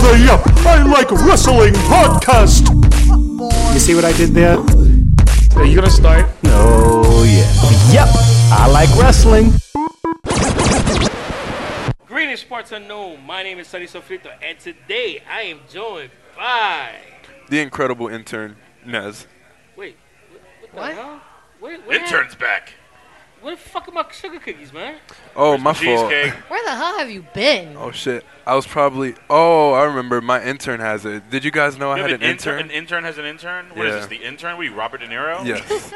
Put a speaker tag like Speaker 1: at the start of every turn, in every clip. Speaker 1: Hurry up! I like wrestling podcast! You see what I did there?
Speaker 2: Are you gonna start?
Speaker 1: Oh, yeah. Yep, I like wrestling.
Speaker 3: Greetings, Sports Unknown. My name is Sonny Sofrito, and today I am joined by.
Speaker 4: the incredible intern Nez.
Speaker 3: Wait, what, what the
Speaker 5: What?
Speaker 3: hell? Wait, what happened?
Speaker 2: Intern's back.
Speaker 3: Where the fuck are my sugar cookies, man?
Speaker 4: Oh, my fault.
Speaker 2: Cheesecake.
Speaker 5: Where the hell have you been?
Speaker 4: Oh shit! I was probably. Oh, I remember. My intern has it. Did you guys know I
Speaker 2: You
Speaker 4: had
Speaker 2: have
Speaker 4: an intern?
Speaker 2: An intern has an intern. What is
Speaker 4: Yeah.
Speaker 2: this? The intern? What are you, Robert De Niro?
Speaker 4: Yes.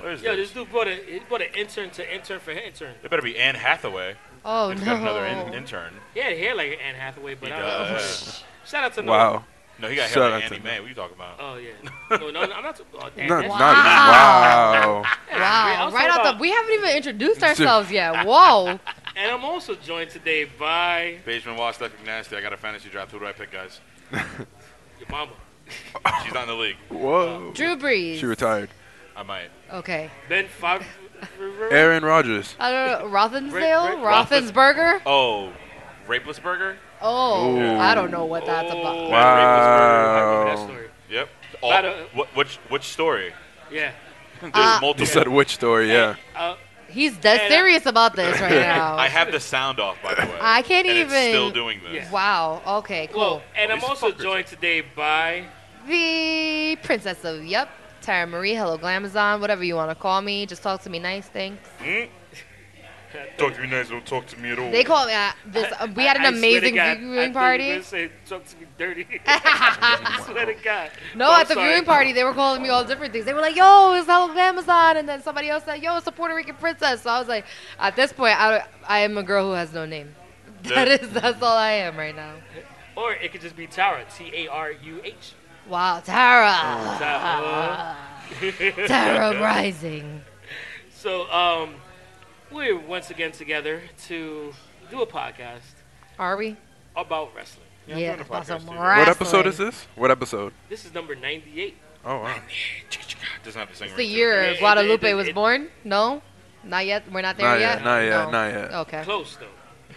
Speaker 2: What is
Speaker 3: Yo,
Speaker 2: this?
Speaker 3: this dude brought, a, he brought an intern to intern for her intern.
Speaker 2: It better be Anne Hathaway.
Speaker 5: Oh,
Speaker 2: He's
Speaker 5: no.
Speaker 2: got another in- intern.
Speaker 3: He had hair like Anne Hathaway, but
Speaker 2: He
Speaker 3: I don't
Speaker 2: does.
Speaker 3: know. Shout out to Noah.
Speaker 4: wow.
Speaker 2: No, he got
Speaker 4: Shout
Speaker 2: hair
Speaker 4: out
Speaker 2: like
Speaker 4: to
Speaker 2: Annie
Speaker 4: him.
Speaker 2: Mae. What are you talking about?
Speaker 3: Oh, yeah. No, no, no I'm not. t- Oh, damn,
Speaker 4: Not,
Speaker 3: that's-
Speaker 4: not-
Speaker 5: Wow.
Speaker 4: wow.
Speaker 3: I
Speaker 5: Wow.
Speaker 3: was
Speaker 5: Right
Speaker 3: talking
Speaker 5: off
Speaker 3: about-
Speaker 5: the. We haven't even introduced ourselves yet. Whoa.
Speaker 3: And I'm also joined today by
Speaker 2: Benjamin Wallace, Duck Nasty. I got a fantasy draft. Who do I pick, guys?
Speaker 3: your mama.
Speaker 2: She's not in the league.
Speaker 4: Whoa.
Speaker 5: Drew Brees.
Speaker 4: She retired.
Speaker 2: I might.
Speaker 5: Okay.
Speaker 3: Ben Five.
Speaker 4: Aaron Rodgers.
Speaker 5: I don't know.
Speaker 3: Rick-
Speaker 5: Rothensdale?
Speaker 3: Rick
Speaker 2: Rothens-
Speaker 5: Rothensburger?
Speaker 2: Oh, Rapeless Burger.
Speaker 5: Oh,
Speaker 4: Ooh.
Speaker 5: I don't know what that's about.
Speaker 3: I remember that
Speaker 4: Wow.
Speaker 3: story.
Speaker 2: Yep.
Speaker 3: Not a-
Speaker 2: what, which which story?
Speaker 3: Yeah.
Speaker 2: There's
Speaker 5: Uh,
Speaker 4: You
Speaker 2: multiple.
Speaker 4: said which story? Yeah.
Speaker 3: Uh,
Speaker 5: He's dead
Speaker 3: And-
Speaker 5: serious about this right
Speaker 2: I
Speaker 5: now.
Speaker 2: have the sound off, by the way.
Speaker 5: Oh, I can't
Speaker 2: and It's still
Speaker 5: even-
Speaker 2: doing this.
Speaker 3: Yeah.
Speaker 5: Wow. Okay, cool.
Speaker 3: well, and I'm
Speaker 2: These
Speaker 3: also
Speaker 2: fuckers.
Speaker 3: joined today by.
Speaker 5: The princess of Yep. Tara Marie, hello Glamazon, whatever you want to call me. Just talk to me nice, thanks.
Speaker 2: Talk to me nice. Don't talk to me at all.
Speaker 5: They call me uh, this. uh, we had an
Speaker 3: I- I swear to
Speaker 5: amazing
Speaker 3: God, I
Speaker 5: viewing
Speaker 3: thought You were
Speaker 5: party.
Speaker 3: gonna say, talk to me dirty. I swear to God.
Speaker 5: No,
Speaker 3: Oh,
Speaker 5: at the
Speaker 3: sorry.
Speaker 5: viewing party, they were calling me all different things. They were like, "Yo, it's Hello Amazon," and then somebody else said, "Yo, it's a Puerto Rican princess." So I was like, at this point, I, I am a girl who has no name. That
Speaker 2: Yeah.
Speaker 5: is, that's all I am right now.
Speaker 3: Or it could just be Tara, T A R U H. uh,
Speaker 5: Wow, Tara, Ah.
Speaker 3: Tara.
Speaker 5: Tara Rising.
Speaker 3: So, um, we're once again together to do a podcast
Speaker 5: Are we?
Speaker 3: about wrestling.
Speaker 2: Yeah,
Speaker 5: Yeah,
Speaker 2: I'm doing a
Speaker 5: about
Speaker 2: podcast
Speaker 5: some
Speaker 2: too.
Speaker 5: wrestling.
Speaker 4: What episode is this? What episode?
Speaker 3: This is number 98.
Speaker 4: Oh wow.
Speaker 2: Doesn't have the same ring
Speaker 5: It's the
Speaker 2: to it.
Speaker 5: year
Speaker 3: It- it-
Speaker 5: Guadalupe
Speaker 3: it-
Speaker 5: was
Speaker 3: it-
Speaker 5: born? No, not yet. We're not there
Speaker 4: Not
Speaker 5: yet.
Speaker 4: yet. Not yet.
Speaker 5: No.
Speaker 4: Not yet.
Speaker 5: Okay.
Speaker 3: Close, though.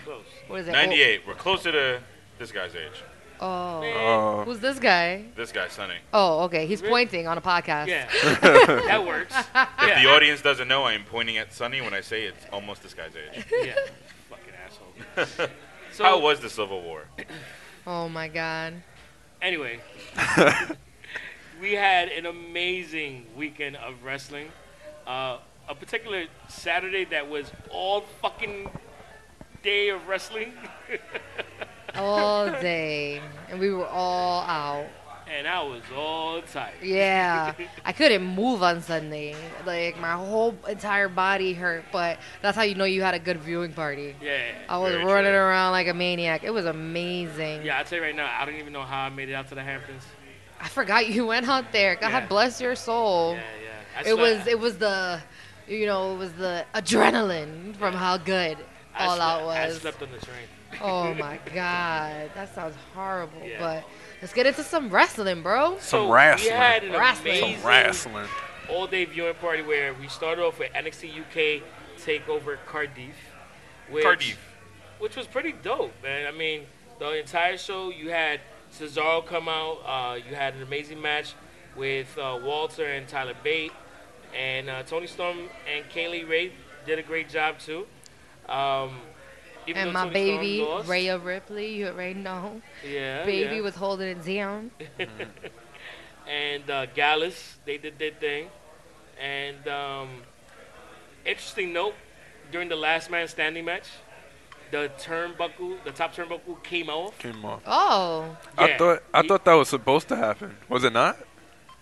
Speaker 3: Close.
Speaker 5: What is it? Oh,
Speaker 2: 98. We're closer to this guy's age.
Speaker 5: Oh,
Speaker 4: Oh.
Speaker 5: who's this guy?
Speaker 2: This guy, Sonny.
Speaker 5: Oh, okay. He's
Speaker 3: Rick-
Speaker 5: pointing on a podcast.
Speaker 3: Yeah. that works.
Speaker 2: If the
Speaker 3: Yeah.
Speaker 2: audience doesn't know, I am pointing at Sonny when I say it's almost this guy's age.
Speaker 3: yeah. Fucking asshole. So,
Speaker 2: How was the Civil War?
Speaker 5: Oh my God.
Speaker 3: Anyway, we had an amazing weekend of wrestling. Uh, a particular Saturday that was all fucking day of wrestling,
Speaker 5: all day, and we were all out.
Speaker 3: and I was all tired.
Speaker 5: Yeah, I couldn't move on Sunday. Like my whole entire body hurt, but that's how you know you had a good viewing party.
Speaker 3: Yeah.
Speaker 5: I was
Speaker 2: Very
Speaker 5: running
Speaker 2: true.
Speaker 5: around like a maniac. It was amazing.
Speaker 3: Yeah, I tell you right now, I don't even know how I made it out to the Hamptons.
Speaker 5: I forgot you went out there. God
Speaker 3: Yeah.
Speaker 5: bless your soul.
Speaker 3: Yeah, yeah. I
Speaker 5: it
Speaker 3: slept-
Speaker 5: was it was the you know it was the adrenaline from how good
Speaker 3: I
Speaker 5: all
Speaker 3: slept-
Speaker 5: out
Speaker 3: I
Speaker 5: was.
Speaker 3: slept on the train.
Speaker 5: Oh my god, that sounds horrible.
Speaker 3: Yeah.
Speaker 5: But let's get into some wrestling, bro.
Speaker 4: Some
Speaker 3: so
Speaker 4: wrestling.
Speaker 3: We had an
Speaker 5: Wrestling. Some
Speaker 3: amazing
Speaker 4: Wrestling.
Speaker 3: all day viewing party where we started off with NXT UK takeover Cardiff. Which,
Speaker 2: Cardiff.
Speaker 3: Which was pretty dope, man. I mean, the entire show you had Cesaro come out, uh, you had an amazing match with uh, Walter and Tyler Bate, and uh, Tony Storm and Kaylee Ray did a great job too. Um, even
Speaker 5: And
Speaker 3: though
Speaker 5: my
Speaker 3: Toni Storm
Speaker 5: baby,
Speaker 3: lost. Oh,
Speaker 5: Rhea Ripley, you already know.
Speaker 3: yeah,
Speaker 5: baby
Speaker 3: yeah.
Speaker 5: was holding it down.
Speaker 3: and uh, Gallus. They did their thing. And um, interesting note during the last man standing match, the turnbuckle, the top turnbuckle came off.
Speaker 4: Came off.
Speaker 5: Oh,
Speaker 3: Yeah.
Speaker 4: I thought. I
Speaker 3: He-
Speaker 4: thought that was supposed to happen. Was it not?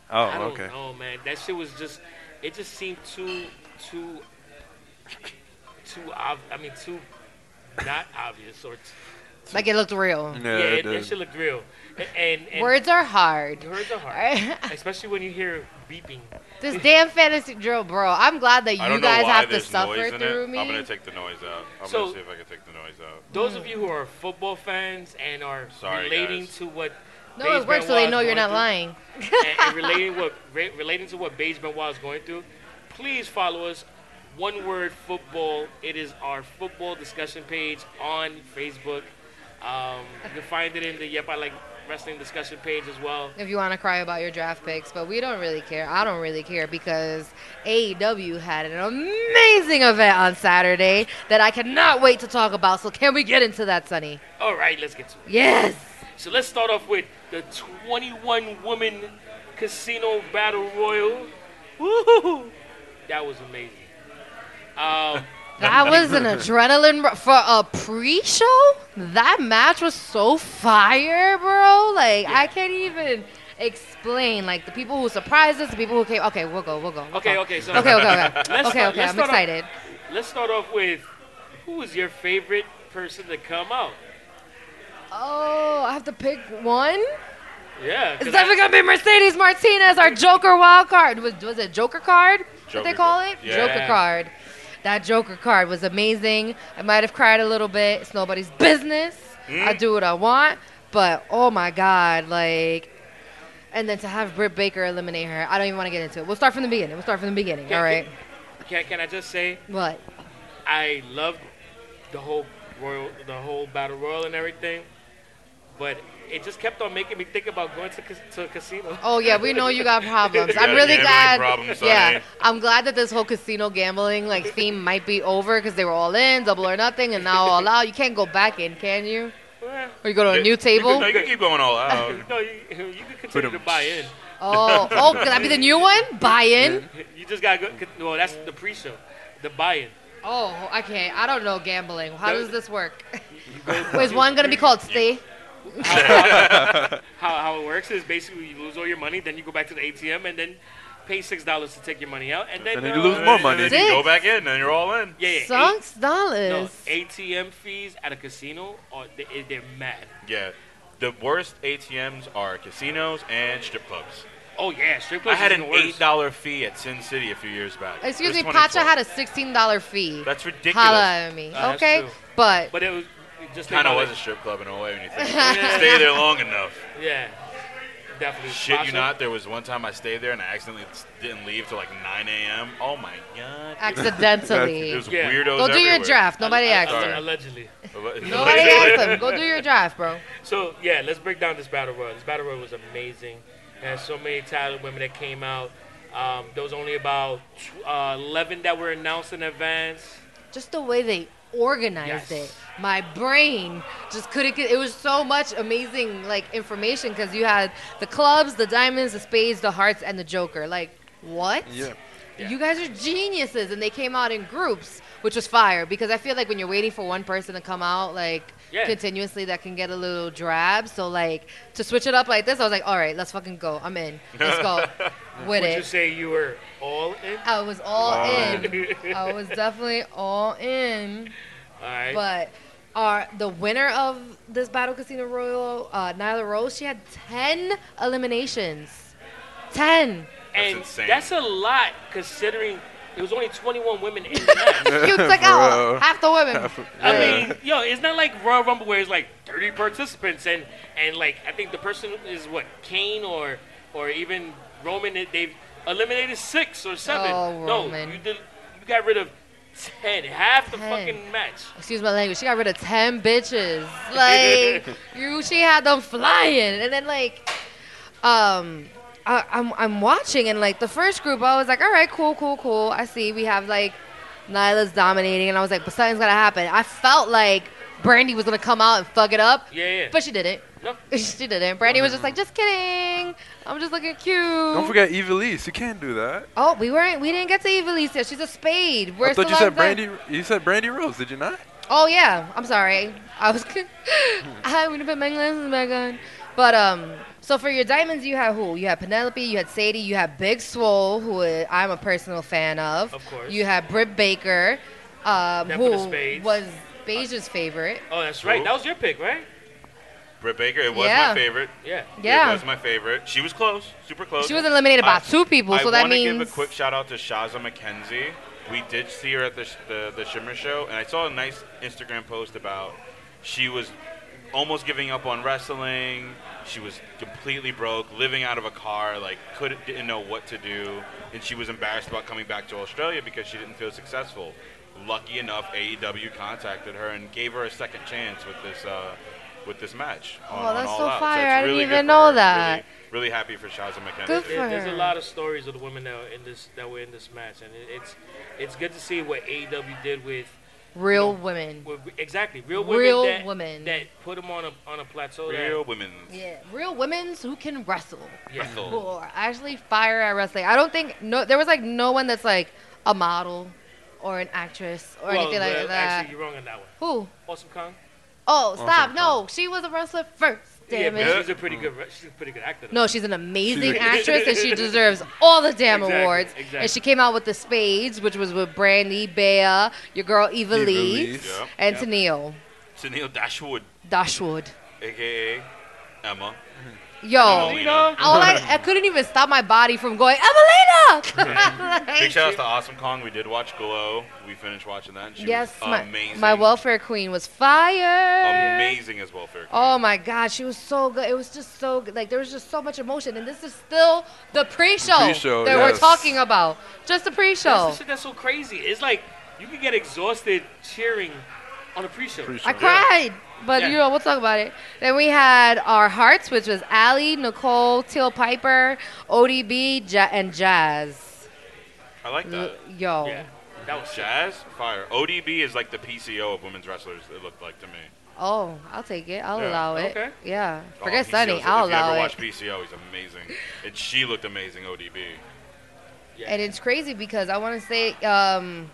Speaker 3: I
Speaker 4: Oh,
Speaker 3: don't
Speaker 4: okay.
Speaker 3: know, man. That shit was just. It just seemed too, too, too. Ob- I mean, too not obvious or. T-
Speaker 5: like it looked real.
Speaker 4: Yeah,
Speaker 3: yeah,
Speaker 4: it
Speaker 3: it, that
Speaker 4: did.
Speaker 3: shit looked real. A- And, and
Speaker 5: Words are hard.
Speaker 3: Words are hard, especially when you hear beeping.
Speaker 5: this damn fantasy drill, bro. I'm glad that you
Speaker 2: I don't know
Speaker 5: guys
Speaker 2: why
Speaker 5: have to
Speaker 2: there's noise
Speaker 5: suffer
Speaker 2: in
Speaker 5: through
Speaker 2: it.
Speaker 5: me.
Speaker 2: I'm gonna take the noise out. I'm
Speaker 3: So-
Speaker 2: gonna see if I can take the noise out.
Speaker 3: Those of you who are football fans and are
Speaker 2: Hmm. Sorry,
Speaker 3: relating
Speaker 2: guys.
Speaker 3: to what
Speaker 5: no,
Speaker 3: Paige
Speaker 5: it works so they
Speaker 3: Benoit
Speaker 5: know
Speaker 3: is
Speaker 5: you're
Speaker 3: going
Speaker 5: not lying.
Speaker 3: through, and, and relating what re- relating to what Beige Benoit is going through, please follow us. One word football. It is our football discussion page on Facebook. Um, you can find it in the Yep I Like Wrestling discussion page as well.
Speaker 5: if you want to cry about your draft picks, but we don't really care. I don't really care because AEW had an amazing event on Saturday that I cannot wait to talk about. So can we get into that, Sonny?
Speaker 3: All right, let's get to it.
Speaker 5: Yes.
Speaker 3: So let's start off with the 21 woman casino battle royal. Woohoo! That was amazing. Um,
Speaker 5: That was an adrenaline ru- for a pre-show. That match was so fire, bro. Like I can't even explain. Like the people who surprised us, the people who came. Okay, we'll go. We'll go. we'll
Speaker 3: Okay,
Speaker 5: go.
Speaker 3: okay, so-
Speaker 5: okay, okay, okay.
Speaker 3: Let's
Speaker 5: okay,
Speaker 3: start-
Speaker 5: okay.
Speaker 3: let's
Speaker 5: I'm
Speaker 3: start off-
Speaker 5: excited.
Speaker 3: let's start off with who was your favorite person to come out?
Speaker 5: Oh, I have to pick one.
Speaker 3: Yeah. 'cause
Speaker 5: It's
Speaker 3: I-
Speaker 5: definitely gonna be Mercedes Martinez, our Joker wild card. Was, was it Joker card? What they
Speaker 2: Joker
Speaker 5: call
Speaker 2: card.
Speaker 5: it?
Speaker 2: Yeah.
Speaker 5: Joker card. That Joker card was amazing. I might have cried a little bit. It's nobody's business.
Speaker 2: Hmm?
Speaker 5: I do what I want. But oh my god, like, and then to have Britt Baker eliminate her, I don't even want to get into it. We'll start from the beginning. We'll start from the beginning.
Speaker 3: can-
Speaker 5: All right.
Speaker 3: Can, can I just say
Speaker 5: What?
Speaker 3: I loved the whole royal, the whole battle royal and everything, but it just kept on making me think about going to, cas- to a casino.
Speaker 5: Oh yeah, we know you got problems.
Speaker 2: You
Speaker 5: I'm
Speaker 2: got
Speaker 5: really
Speaker 2: gambling
Speaker 5: glad.
Speaker 2: problems,
Speaker 5: yeah,
Speaker 2: honey.
Speaker 5: I'm glad that this whole casino gambling like theme might be over because they were all in double or nothing, and now all out. You can't go back in, can you?
Speaker 3: Well,
Speaker 5: Or you go to a new
Speaker 2: You
Speaker 5: table?
Speaker 2: can, you can keep going all out.
Speaker 3: no, you, you could continue to
Speaker 4: Pretty
Speaker 3: buy in.
Speaker 5: Oh, oh, could that be the new one? Buy in?
Speaker 3: You just gotta go. Well, that's the pre-show, the buy-in.
Speaker 5: Oh, I can't. I don't know gambling. How does this work?
Speaker 3: You go,
Speaker 5: Is one gonna be called stay?
Speaker 3: how, how it works is basically you lose all your money, then you go back to the ATM and then pay six dollars to take your money out, and then
Speaker 4: And then
Speaker 3: uh,
Speaker 4: you lose more money.
Speaker 2: And then you go
Speaker 5: Six.
Speaker 2: back in, and you're all in.
Speaker 3: Yeah, yeah, eight-
Speaker 5: Sunks
Speaker 3: no,
Speaker 5: dollars.
Speaker 3: ATM fees at a casino are they, they're mad.
Speaker 2: Yeah. The worst ATMs are casinos and strip clubs.
Speaker 3: Oh yeah, strip
Speaker 2: I
Speaker 3: clubs.
Speaker 2: had
Speaker 3: is
Speaker 2: an
Speaker 3: even worse.
Speaker 2: eight dollar fee at Sin City a few years back.
Speaker 5: Excuse me,
Speaker 2: It was
Speaker 5: Pacha
Speaker 2: 24.
Speaker 5: had a sixteen dollar fee.
Speaker 2: That's ridiculous.
Speaker 5: Holla at me,
Speaker 3: Uh, that's
Speaker 5: okay?
Speaker 3: true.
Speaker 5: But
Speaker 3: But it was it just think
Speaker 2: Kind of
Speaker 3: about
Speaker 2: was
Speaker 3: it.
Speaker 2: a strip club in a way when you think. about it. Stay there long enough.
Speaker 3: Yeah, definitely.
Speaker 2: Shit, you
Speaker 3: Pasha,
Speaker 2: not. There was one time I stayed there and I accidentally s- didn't leave till like 9 a.m. Oh my god.
Speaker 5: accidentally.
Speaker 2: It was
Speaker 3: Yeah.
Speaker 2: weirdos.
Speaker 5: Go do your
Speaker 2: everywhere.
Speaker 5: draft. Nobody
Speaker 3: alle-
Speaker 5: asked.
Speaker 3: alle-
Speaker 5: you.
Speaker 2: Sorry.
Speaker 3: Allegedly.
Speaker 5: Nobody asked him. Go do your draft, bro.
Speaker 3: So yeah, let's break down this battle royal. This battle royal was amazing. There's so many talented women that came out. Um, there was only about tw- uh, 11 that were announced in advance.
Speaker 5: Just the way they organized
Speaker 3: Yes.
Speaker 5: it. My brain just couldn't get. It was so much amazing like information because you had the clubs, the diamonds, the spades, the hearts, and the Joker. Like what?
Speaker 4: Yeah.
Speaker 5: You guys are geniuses, and they came out in groups, which was fire. Because I feel like when you're waiting for one person to come out, like
Speaker 3: Yeah.
Speaker 5: continuously, that can get a little drab. So like to switch it up like this, I was like, all right, let's fucking go. I'm in. Let's go with
Speaker 3: Would
Speaker 5: it.
Speaker 3: you say you were all in?
Speaker 5: I was all in.
Speaker 3: in.
Speaker 5: I was definitely all in.
Speaker 3: All right.
Speaker 5: But our the winner of this Battle Casino Royal, uh, Nyla Rose, she had ten eliminations. Ten.
Speaker 3: and
Speaker 2: insane.
Speaker 3: that's a lot considering there was only 21 women in the match.
Speaker 5: You took
Speaker 4: Bro.
Speaker 5: out half the women.
Speaker 3: I mean, yo, it's not like Royal Rumble where it's like 30 participants and and like I think the person is what Kane or or even Roman. they- They've eliminated six or seven.
Speaker 5: Oh,
Speaker 3: no,
Speaker 5: Roman.
Speaker 3: you did you got rid of ten, half the
Speaker 5: Ten.
Speaker 3: fucking match.
Speaker 5: Excuse my language. She got rid of ten bitches. Like you, she had them flying, and then like, um, I, I'm I'm watching, and like the first group, I was like, all right, cool, cool, cool. I see we have like Nyla's dominating, and I was like, but something's gonna happen. I felt like Brandy was gonna come out and fuck it up,
Speaker 3: Yeah, yeah.
Speaker 5: but she didn't.
Speaker 3: No.
Speaker 5: she didn't. Brandy was just like, just kidding. I'm just looking cute.
Speaker 4: Don't forget Evilise. You can't do that.
Speaker 5: Oh, we weren't. We didn't get to Evilise yet. She's a spade. We're
Speaker 4: I thought
Speaker 5: still
Speaker 4: you
Speaker 5: on
Speaker 4: said
Speaker 5: Zen.
Speaker 4: Brandy. You said Brandy Rose. Did you not?
Speaker 5: Oh yeah, I'm sorry. I was. I would to put my glasses back on. But um, so for your diamonds, you had who? You had Penelope, you had Sadie, you had Big Swole, who i- I'm a personal fan of.
Speaker 3: Of course.
Speaker 5: You had Britt Baker, um,
Speaker 3: Then for the
Speaker 5: who
Speaker 3: spades.
Speaker 5: was Beija's favorite.
Speaker 3: Oh, that's right. That was your pick, right?
Speaker 2: Britt Baker. It was
Speaker 5: Yeah.
Speaker 2: my favorite.
Speaker 3: Yeah.
Speaker 5: Yeah.
Speaker 2: It was my favorite. She was close. Super close.
Speaker 5: She was eliminated by
Speaker 2: I-
Speaker 5: two people, so
Speaker 2: I
Speaker 5: that
Speaker 2: wanna
Speaker 5: means.
Speaker 2: give a quick shout out to Shaza McKenzie. We did see her at the, sh- the the Shimmer show, and I saw a nice Instagram post about she was almost giving up on wrestling. She was completely broke, living out of a car, like couldn't didn't know what to do, and she was embarrassed about coming back to Australia because she didn't feel E successful. Lucky enough, AEW contacted her and gave her a second chance with this uh, with this match.
Speaker 5: Oh, that's
Speaker 2: All
Speaker 5: so
Speaker 2: Out.
Speaker 5: fire.
Speaker 2: it's
Speaker 5: I didn't
Speaker 2: really
Speaker 5: even
Speaker 2: good for
Speaker 5: know
Speaker 2: her.
Speaker 5: that.
Speaker 2: Really, really happy for Shaza McKenzie.
Speaker 5: Good for
Speaker 3: There- there's a
Speaker 5: her.
Speaker 3: lot of stories of the women that are in this that were in this match, and it, it's it's good to see what AEW did with,
Speaker 5: Real
Speaker 3: You know,
Speaker 5: women.
Speaker 3: with exactly real women
Speaker 5: Real
Speaker 3: that,
Speaker 5: women.
Speaker 3: that put them on a on a plateau. that-
Speaker 2: Real women.
Speaker 5: Yeah, real women's who can wrestle.
Speaker 3: yeah.
Speaker 5: Who
Speaker 2: Wrestle.
Speaker 5: are actually fire at wrestling. I don't think no there was like no one that's like a model or an actress or
Speaker 3: Well,
Speaker 5: anything like
Speaker 3: well,
Speaker 5: that.
Speaker 3: Actually, you're wrong on that one.
Speaker 5: who?
Speaker 3: Awesome Kong.
Speaker 5: Oh, stop. No, she was a wrestler first. Damn
Speaker 3: yeah,
Speaker 5: it.
Speaker 3: but she's a pretty good re- she's a pretty good actor. though.
Speaker 5: No, she's an amazing
Speaker 4: She's a-
Speaker 5: actress, and she deserves all the damn
Speaker 3: Exactly,
Speaker 5: awards.
Speaker 3: exactly.
Speaker 5: And she came out with the Spades, which was with Brandy, Bea, your girl
Speaker 4: Eva
Speaker 5: Eva Lee,
Speaker 4: Lee.
Speaker 2: Yep.
Speaker 5: and
Speaker 4: Yep.
Speaker 5: Tennille
Speaker 2: Tennille Dashwood,
Speaker 5: Dashwood.
Speaker 2: aka Emma.
Speaker 5: Yo,
Speaker 2: Oh,
Speaker 3: You
Speaker 2: yeah.
Speaker 3: know?
Speaker 5: all I, I couldn't even stop my body from going, Evelina!
Speaker 2: Big
Speaker 5: Like,
Speaker 2: shout out to Awesome Kong. We did watch Glow. We finished watching that. And she
Speaker 5: yes,
Speaker 2: was
Speaker 5: my,
Speaker 2: amazing.
Speaker 5: my welfare queen was fire.
Speaker 2: Amazing as welfare.
Speaker 5: Oh my God, she was so good. It was just so good. Like there was just so much emotion, and this is still the pre-show,
Speaker 4: pre-show,
Speaker 5: that we're
Speaker 4: yes.
Speaker 5: talking about. Just the pre-show.
Speaker 3: That's the shit that's so crazy. It's like you can get exhausted cheering on a pre-show.
Speaker 4: Pre-show.
Speaker 5: I cried. But
Speaker 3: Yeah.
Speaker 5: you know, we'll talk about it. Then we had our hearts, which was Allie, Nicole, Till Piper, ODB, ja- and Jazz.
Speaker 2: I like
Speaker 5: L-
Speaker 2: that.
Speaker 5: yo,
Speaker 3: Yeah, that was shit.
Speaker 2: Jazz fire. ODB is like the PCO of women's wrestlers. It looked like to me.
Speaker 5: oh, I'll take it. I'll
Speaker 2: Yeah.
Speaker 5: allow it.
Speaker 3: Okay.
Speaker 5: Yeah,
Speaker 2: Oh,
Speaker 5: forget
Speaker 2: PCO 's-
Speaker 5: Sunny. I'll
Speaker 2: if you ever
Speaker 5: allow it.
Speaker 2: watch PCO, he's amazing. And she looked amazing. ODB.
Speaker 5: And it's crazy because I want to say, um,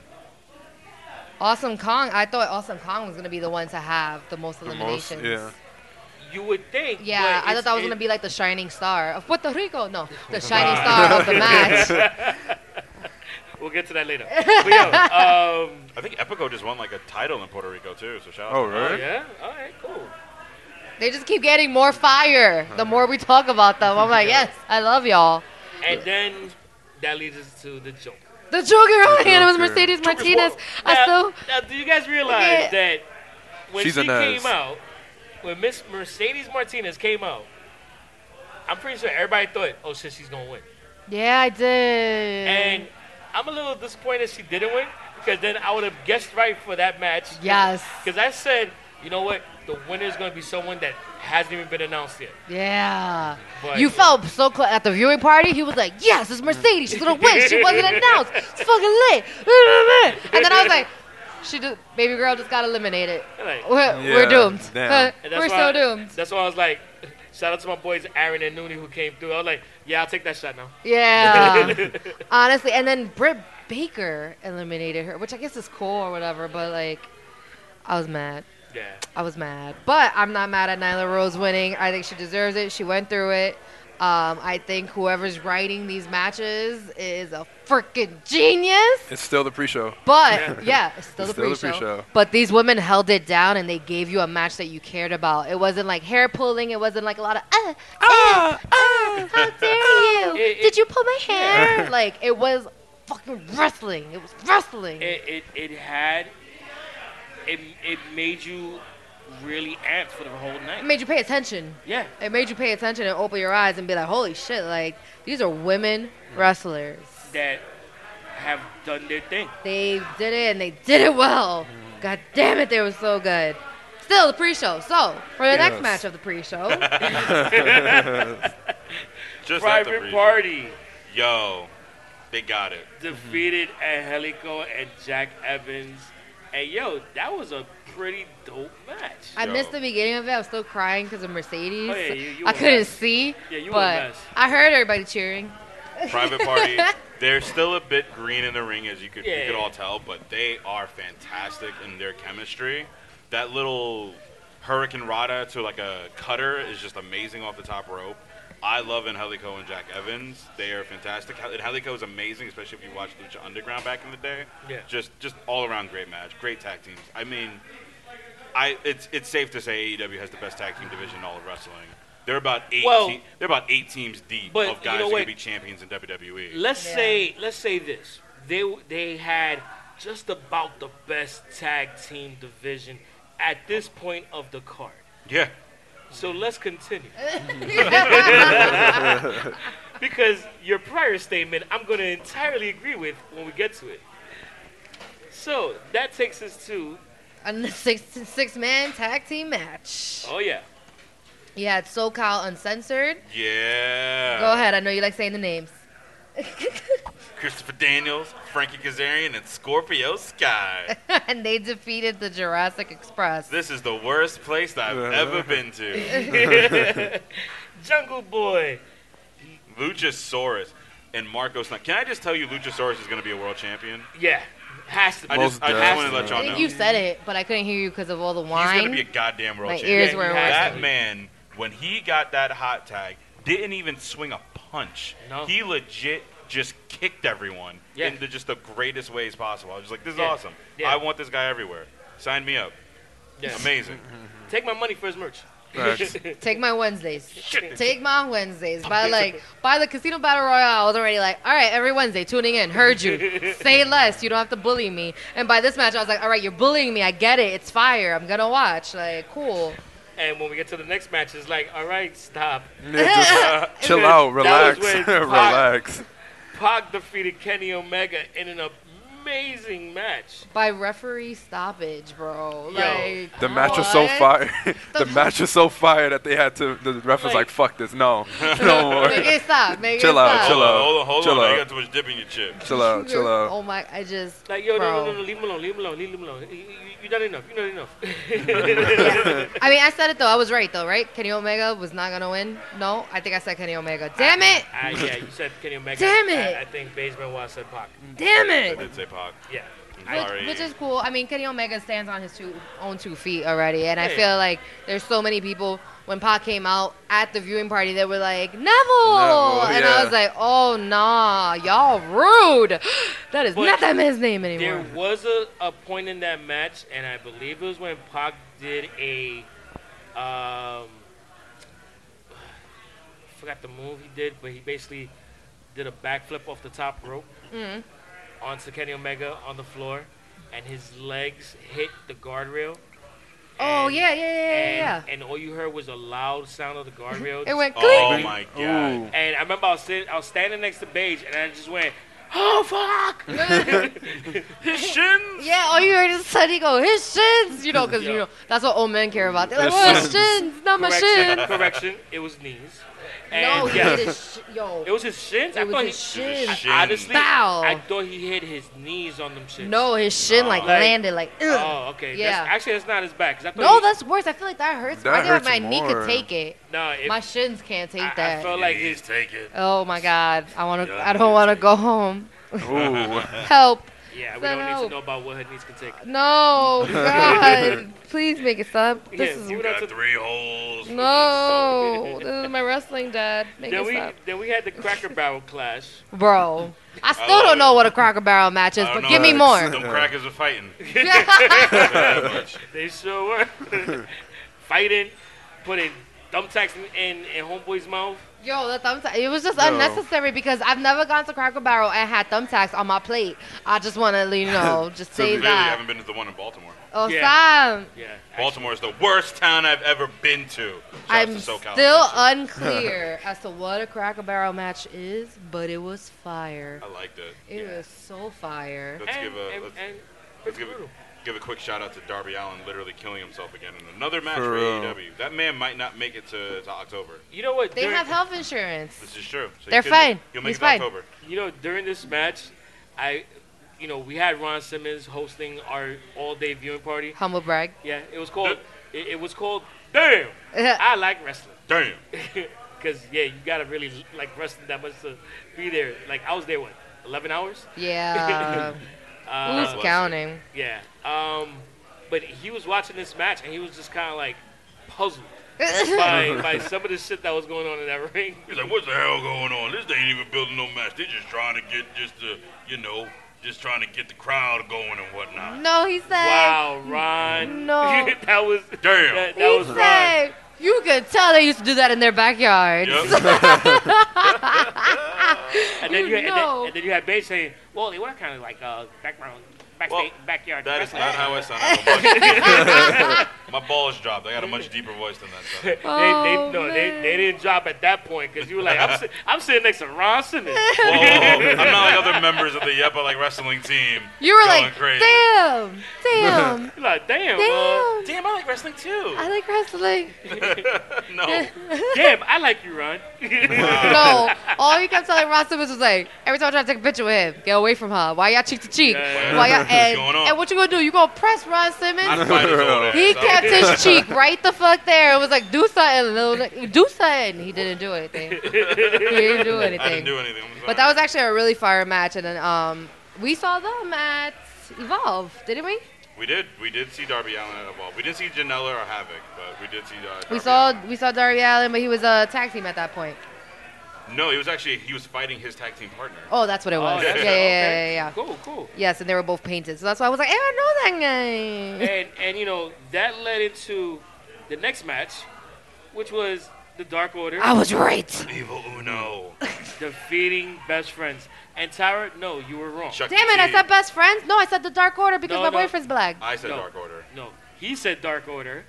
Speaker 5: Awesome Kong. I thought Awesome Kong was gonna be the one to have the most
Speaker 4: The most,
Speaker 5: eliminations.
Speaker 4: yeah.
Speaker 3: You would think.
Speaker 5: Yeah,
Speaker 3: but
Speaker 5: I thought that was
Speaker 3: it's-
Speaker 5: gonna
Speaker 3: it-
Speaker 5: be like the shining star of Puerto Rico. No, the shining star of the match.
Speaker 3: We'll get to that later. But yo, um,
Speaker 2: I think Epico just won like a title in Puerto Rico too. So shout out.
Speaker 4: Oh,
Speaker 2: to her.
Speaker 4: really?
Speaker 3: yeah. All right. Cool.
Speaker 5: They just keep getting more fire the more we talk about them. I'm like, yes, I love y'all.
Speaker 3: And then that leads us to the joke.
Speaker 5: The Joker, oh man, it was
Speaker 4: Joker.
Speaker 5: Mercedes Martinez. I
Speaker 3: Now,
Speaker 5: still,
Speaker 3: now, do you guys realize
Speaker 5: at-
Speaker 3: that when
Speaker 4: She's
Speaker 3: she
Speaker 4: a nurse.
Speaker 3: came out, when Miss Mercedes Martinez came out, I'm pretty sure everybody thought, "Oh shit, she's gonna win."
Speaker 5: yeah, I did.
Speaker 3: And I'm a little disappointed she didn't win because then I would have guessed right for that match.
Speaker 5: yes,
Speaker 3: Because I said, you know what, the winner is gonna be someone that hasn't even been announced yet.
Speaker 5: yeah.
Speaker 3: But-
Speaker 5: You felt so close at the viewing party. He was like, yes, it's Mercedes. She's gonna win. She wasn't announced. It's fucking lit. And then I was like, she just, baby girl just got eliminated.
Speaker 3: Like,
Speaker 5: We're, we're
Speaker 4: Yeah,
Speaker 5: doomed.
Speaker 4: damn.
Speaker 3: And that's
Speaker 5: we're
Speaker 3: why-
Speaker 5: so doomed.
Speaker 3: That's why I was like, shout out to my boys Aaron and Nooney who came through. I was like, yeah, I'll take that shot now.
Speaker 5: Yeah. Honestly, and then Britt Baker eliminated her, which I guess is cool or whatever, but like I was mad.
Speaker 3: Yeah.
Speaker 5: I was mad. But I'm not mad at Nyla Rose winning. I think she deserves it. She went through it. Um, I think whoever's writing these matches is a freaking genius.
Speaker 4: It's still the pre-show.
Speaker 5: But yeah, it's still,
Speaker 4: It's
Speaker 5: the,
Speaker 4: still the
Speaker 5: pre-show.
Speaker 4: pre-show.
Speaker 5: But these women held it down and they gave you a match that you cared about. It wasn't like hair pulling. It wasn't like a lot of uh, ah, ah, how dare you?
Speaker 3: It- it-
Speaker 5: Did you pull my hair? like it was fucking wrestling. It was wrestling.
Speaker 3: It, it, it had, it, it made you really amped for the whole
Speaker 5: it
Speaker 3: night.
Speaker 5: made you pay attention.
Speaker 3: Yeah.
Speaker 5: It made you pay attention and open your eyes and be like, holy shit! Like these are women wrestlers.
Speaker 3: That have done their thing.
Speaker 5: They did it and they did it well. God damn it, they were so good. Still the pre-show. So for the next
Speaker 4: Yes.
Speaker 5: match of the pre-show.
Speaker 2: Just at the
Speaker 3: Private
Speaker 2: pre-
Speaker 3: Party
Speaker 2: Yo, they got it.
Speaker 3: defeated Angelico and Jack Evans. And yo, that was a pretty dope match.
Speaker 5: I
Speaker 2: Yo.
Speaker 5: missed the beginning of it. I was still crying because of Mercedes.
Speaker 3: Oh, yeah, you- you
Speaker 5: I
Speaker 3: a
Speaker 5: couldn't
Speaker 3: mess.
Speaker 5: see.
Speaker 3: Yeah, you a
Speaker 5: but
Speaker 3: mess.
Speaker 5: I heard everybody cheering.
Speaker 2: Private Party. They're still a bit green in the ring, as you could you
Speaker 3: Yeah.
Speaker 2: could all tell, but they are fantastic in their chemistry. That little Hurricane Rada to like a cutter is just amazing off the top rope. I love Angelico and Jack Evans. They are fantastic. Hel- Angelico is amazing, especially if you watched Lucha Underground back in the day.
Speaker 3: Yeah.
Speaker 2: Just just all around great match, great tag teams. I mean, I it's it's safe to say AEW has the best tag team division in all of wrestling. They're about eight.
Speaker 3: Well-
Speaker 2: te- they're about eight teams deep
Speaker 3: But
Speaker 2: of
Speaker 3: you
Speaker 2: guys
Speaker 3: know
Speaker 2: who
Speaker 3: what?
Speaker 2: could be champions in E. WWE.
Speaker 3: Let's
Speaker 5: Yeah.
Speaker 3: say let's say this. They they had just about the best tag team division at this point of the card.
Speaker 2: Yeah.
Speaker 3: So let's continue.
Speaker 5: Eh.
Speaker 3: because your prior statement, I'm going to entirely agree with when we get to it. So that takes us to
Speaker 5: a six six man tag team match.
Speaker 3: Oh yeah.
Speaker 5: You had SoCal Uncensored.
Speaker 2: Yeah.
Speaker 3: Uh.
Speaker 5: Go ahead. I know you like saying the names.
Speaker 2: Christopher Daniels, Frankie Kazarian, and Scorpio Sky.
Speaker 5: and they defeated the Jurassic Express.
Speaker 2: This is the worst place that I've ever been to.
Speaker 3: Jungle Boy.
Speaker 2: Luchasaurus and Marcos. Now, can I just tell you, Luchasaurus is going to be a world champion?
Speaker 3: Yeah. Has to be.
Speaker 2: I just,
Speaker 4: Most
Speaker 2: I just want to
Speaker 4: definitely.
Speaker 2: let
Speaker 5: I
Speaker 2: y'all know.
Speaker 5: think you said it, but I couldn't hear you because of all the
Speaker 2: He's
Speaker 5: wine.
Speaker 2: going to be a goddamn world
Speaker 5: My
Speaker 2: champion.
Speaker 5: ears
Speaker 3: Yeah,
Speaker 5: were
Speaker 3: you
Speaker 5: wet.
Speaker 3: had
Speaker 2: That man, when he got that hot tag, didn't even swing a punch.
Speaker 3: No.
Speaker 2: He legit just kicked everyone
Speaker 3: Yeah.
Speaker 2: into just the greatest ways possible. I was just like, this is
Speaker 3: Yeah.
Speaker 2: awesome.
Speaker 3: Yeah.
Speaker 2: I want this guy everywhere. Sign me up.
Speaker 3: Yeah.
Speaker 2: Amazing.
Speaker 3: Take my money for his merch.
Speaker 4: Facts.
Speaker 5: Take my Wednesdays. Take my Wednesdays. By like by the casino battle royale, I was already like, all right, every Wednesday, tuning in. Heard you. Say less. You don't have to bully me. And by this match, I was like, all right, you're bullying me. I get it. It's fire. I'm gonna watch. Like, cool.
Speaker 3: And when we get to the next match, it's like, all right, stop.
Speaker 4: Yeah, just chill out,
Speaker 3: That
Speaker 4: relax,
Speaker 3: was when Pac-
Speaker 4: relax.
Speaker 3: Pac defeated Kenny Omega in an amazing match.
Speaker 5: By referee stoppage, bro.
Speaker 3: Yo.
Speaker 5: Like
Speaker 4: The match was so
Speaker 5: what?
Speaker 4: fire.
Speaker 5: The-
Speaker 4: the match was so fire that they had to. The ref was
Speaker 3: Like-
Speaker 4: like, "Fuck this, no, no more."
Speaker 5: Make it stop. Make
Speaker 4: Chill
Speaker 5: it
Speaker 4: out,
Speaker 5: stop.
Speaker 4: chill
Speaker 2: Hold on,
Speaker 4: out,
Speaker 2: hold on, hold
Speaker 4: chill
Speaker 2: on. I
Speaker 4: out.
Speaker 2: got too much dip in your chip.
Speaker 4: Chill out, chill out.
Speaker 5: Oh my! I just
Speaker 3: Like, yo, no,
Speaker 5: bro.
Speaker 3: no, no, no, leave him alone, leave him alone, leave him alone. You, you, you done enough, you done enough.
Speaker 5: I mean, I said it though. I was right though, right? Kenny Omega was not gonna win. No, I think I said Kenny Omega. Damn it!
Speaker 3: I, Ah, yeah, you said Kenny Omega.
Speaker 5: Damn
Speaker 3: I-
Speaker 5: it.
Speaker 3: I, think Beige Benoit said Pac.
Speaker 5: Damn
Speaker 2: I
Speaker 5: it!
Speaker 2: did say Pac.
Speaker 3: Yeah.
Speaker 2: I'm sorry.
Speaker 5: Which, which is cool. I mean, Kenny Omega stands on his two, own two feet already, and I
Speaker 3: Yeah.
Speaker 5: feel like there's so many people when Pac came out at the viewing party that were like Neville,
Speaker 4: Neville,
Speaker 5: and
Speaker 4: yeah.
Speaker 5: I was like, oh nah, y'all rude. that is
Speaker 3: But
Speaker 5: not that man's name
Speaker 3: There
Speaker 5: anymore.
Speaker 3: was a, a point in that match, and I believe it was when Pac did a. Um, I forgot the move he did, but he basically did a backflip off the top rope
Speaker 5: Mm-hmm.
Speaker 3: onto Kenny Omega on the floor, and his legs hit the guardrail.
Speaker 5: Oh
Speaker 3: and-
Speaker 5: yeah, yeah, yeah, yeah, yeah. Mm-hmm.
Speaker 3: And, and all you heard was a loud sound of the guardrail.
Speaker 5: It went
Speaker 2: Oh
Speaker 5: clink.
Speaker 2: my
Speaker 4: Ooh.
Speaker 2: god.
Speaker 3: and I remember I was, sitting, I was standing next to Paige, and I just went, "Oh fuck!"
Speaker 2: His shins!
Speaker 5: Yeah, all you heard is Sonny go, his shins, you know, because,
Speaker 3: Yeah.
Speaker 5: you know, that's what old men care about. They're like,
Speaker 4: His
Speaker 5: oh, his
Speaker 4: shins.
Speaker 5: shins, not my
Speaker 3: correction,
Speaker 5: shins.
Speaker 3: correction, it was knees.
Speaker 5: No,
Speaker 3: And
Speaker 5: he
Speaker 3: yes,
Speaker 5: hit his sh- yo.
Speaker 3: it was his shins. I
Speaker 5: It was
Speaker 3: thought
Speaker 5: his
Speaker 3: he,
Speaker 5: shins.
Speaker 2: His
Speaker 3: I- honestly,
Speaker 5: Bow.
Speaker 3: I thought he hit his knees on them shins.
Speaker 5: no, his shin like
Speaker 2: Oh.
Speaker 5: landed like. Ugh.
Speaker 3: Oh, okay.
Speaker 5: Yeah.
Speaker 3: That's, actually, that's not his back. 'cause I thought
Speaker 5: no,
Speaker 3: he-
Speaker 5: that's worse. I feel like that hurts.
Speaker 4: That
Speaker 5: I think
Speaker 4: hurts
Speaker 5: my knee could
Speaker 4: more.
Speaker 5: take it.
Speaker 3: no. If,
Speaker 5: My shins can't take
Speaker 3: I, I
Speaker 5: that.
Speaker 3: felt like his.
Speaker 2: take it.
Speaker 5: oh my god, I want to.
Speaker 2: Yeah,
Speaker 5: I don't want to go home.
Speaker 4: Ooh.
Speaker 5: Help!
Speaker 3: Yeah, we
Speaker 5: So
Speaker 3: don't need
Speaker 5: no.
Speaker 3: to know about what her knees can take.
Speaker 5: No, God, please make it stop. This
Speaker 3: Yeah,
Speaker 5: is
Speaker 3: you got
Speaker 2: three holes.
Speaker 5: no. This is my wrestling dad. Make
Speaker 3: Then
Speaker 5: it
Speaker 3: we
Speaker 5: stop,
Speaker 3: then we had the Cracker Barrel clash.
Speaker 5: bro. I
Speaker 2: I
Speaker 5: still
Speaker 2: love
Speaker 5: don't know
Speaker 2: it.
Speaker 5: what a Cracker Barrel match is,
Speaker 2: I don't
Speaker 5: but
Speaker 2: know
Speaker 5: give me
Speaker 2: that.
Speaker 5: more.
Speaker 2: Them crackers are fighting. That much.
Speaker 3: They sure were fighting, putting thumbtacks in, in, in homeboy's mouth.
Speaker 5: Yo, the thumbtack. It was just
Speaker 4: Yo.
Speaker 5: unnecessary because I've never gone to Cracker Barrel and had thumbtacks on my plate. I just want to, you know, just say
Speaker 4: be-
Speaker 2: Clearly, I
Speaker 5: that.
Speaker 2: haven't been to the one in Baltimore.
Speaker 5: Oh,
Speaker 3: Yeah.
Speaker 5: Sam,
Speaker 3: Yeah.
Speaker 2: Baltimore is the worst town I've ever been to. Shouts
Speaker 5: I'm
Speaker 2: to
Speaker 5: still
Speaker 2: SoCal.
Speaker 5: unclear as to what a Cracker Barrel match is, but it was fire.
Speaker 2: I liked it.
Speaker 5: It
Speaker 3: Yeah.
Speaker 5: was so fire.
Speaker 2: Let's
Speaker 3: and,
Speaker 2: give a
Speaker 3: and,
Speaker 2: let's,
Speaker 3: and
Speaker 2: let's
Speaker 3: pretty
Speaker 2: give a
Speaker 3: brutal.
Speaker 2: give a quick shout out to Darby Allen literally killing himself again in another match
Speaker 4: For
Speaker 2: for,
Speaker 4: real.
Speaker 2: AEW. That man might not make it to, to October.
Speaker 3: You know what?
Speaker 5: They
Speaker 3: during-
Speaker 5: have health insurance.
Speaker 2: This is true. So he
Speaker 5: They're
Speaker 2: could-
Speaker 5: fine.
Speaker 2: He'll make
Speaker 5: He's
Speaker 2: it to
Speaker 5: fine.
Speaker 2: October.
Speaker 3: You know, during this match, I, you know, we had Ron Simmons hosting our all-day viewing party.
Speaker 5: Humble brag.
Speaker 3: Yeah, it was called. It, it was called. Damn, I like wrestling.
Speaker 2: Damn.
Speaker 3: Cause yeah, you gotta really like wrestling that much to be there. Like I was there what, 11 hours?
Speaker 5: yeah.
Speaker 3: Uh,
Speaker 5: Who's counting?
Speaker 3: yeah. Um, but he was watching this match and he was just kind of like puzzled by by some of the shit that was going on in that ring.
Speaker 2: He's like, what the hell going on? This they ain't even building no match. They're just trying to get just the you know just trying to get the crowd going and whatnot.
Speaker 5: No, he said.
Speaker 3: Wow, Ron.
Speaker 5: No.
Speaker 3: that was
Speaker 2: Damn.
Speaker 3: That, that
Speaker 5: He
Speaker 3: was Ron.
Speaker 5: said. You could tell they used to do that in their backyard.
Speaker 2: Yep.
Speaker 3: And then
Speaker 5: You
Speaker 3: you, had, and,
Speaker 5: know.
Speaker 3: then, and then you had Bates saying, "Well, they were kind of like uh, background
Speaker 6: back
Speaker 2: Well,
Speaker 6: backyard
Speaker 2: That is
Speaker 6: wrestling.
Speaker 2: not how I sound. I have a much- My balls dropped. I got a much deeper voice than that. Son.
Speaker 5: Oh,
Speaker 3: they, they, no, they, they
Speaker 5: man.
Speaker 3: didn't drop at that point because you were like, I'm, si- I'm sitting next to Ron Simmons.
Speaker 2: Whoa, whoa, whoa. I'm not like other members of the Yepa like wrestling team.
Speaker 5: You were
Speaker 2: going
Speaker 5: like,
Speaker 2: crazy.
Speaker 5: damn, damn,
Speaker 3: You're like, damn,
Speaker 5: Damn.
Speaker 3: Uh, damn, I like wrestling too.
Speaker 5: I like wrestling.
Speaker 2: No,
Speaker 3: damn, I like you, Ron.
Speaker 5: Oh,
Speaker 3: Uh.
Speaker 5: no, all he kept telling Ross Simmons was like, every time I try to take a picture with him, get away from her. Why y'all cheek to cheek?
Speaker 3: Yeah.
Speaker 5: Why y'all
Speaker 2: What's
Speaker 5: and,
Speaker 2: going on?
Speaker 5: and what you gonna do? You gonna press Ron
Speaker 2: I'd
Speaker 5: Simmons?
Speaker 2: fight his old ass.
Speaker 5: He
Speaker 2: I-
Speaker 5: kept his cheek right the fuck there. It was like, do something, little, ni- do something. He didn't do anything. He didn't do anything.
Speaker 2: I didn't do anything. I'm sorry.
Speaker 5: But that was actually a really fire match, and then um, we saw them at Evolve, didn't we?
Speaker 2: we did. We did see Darby Allen at Evolve. We didn't see Janela or Havoc, but we did see. Uh, Darby
Speaker 5: We saw
Speaker 2: Allin.
Speaker 5: we saw Darby Allen, but he was a tag team at that point.
Speaker 2: No, he was actually he was fighting his tag team partner.
Speaker 5: Oh, that's what it was. yeah, yeah, yeah, yeah, yeah.
Speaker 3: Cool, cool.
Speaker 5: Yes, and they were both painted, so that's why I was like, hey, I know that guy.
Speaker 3: and and you know that led into the next match, which was the Dark Order
Speaker 5: I was right.
Speaker 2: Evil Uno.
Speaker 3: defeating Best Friends. And Tyra, no, you were wrong.
Speaker 2: Chuck E.
Speaker 5: Damn it! I
Speaker 2: Cheese.
Speaker 5: said best friends. No, I said the Dark Order because
Speaker 3: No,
Speaker 5: my
Speaker 3: no.
Speaker 5: boyfriend's black.
Speaker 2: I said
Speaker 3: No.
Speaker 2: Dark Order.
Speaker 3: No, he said Dark Order,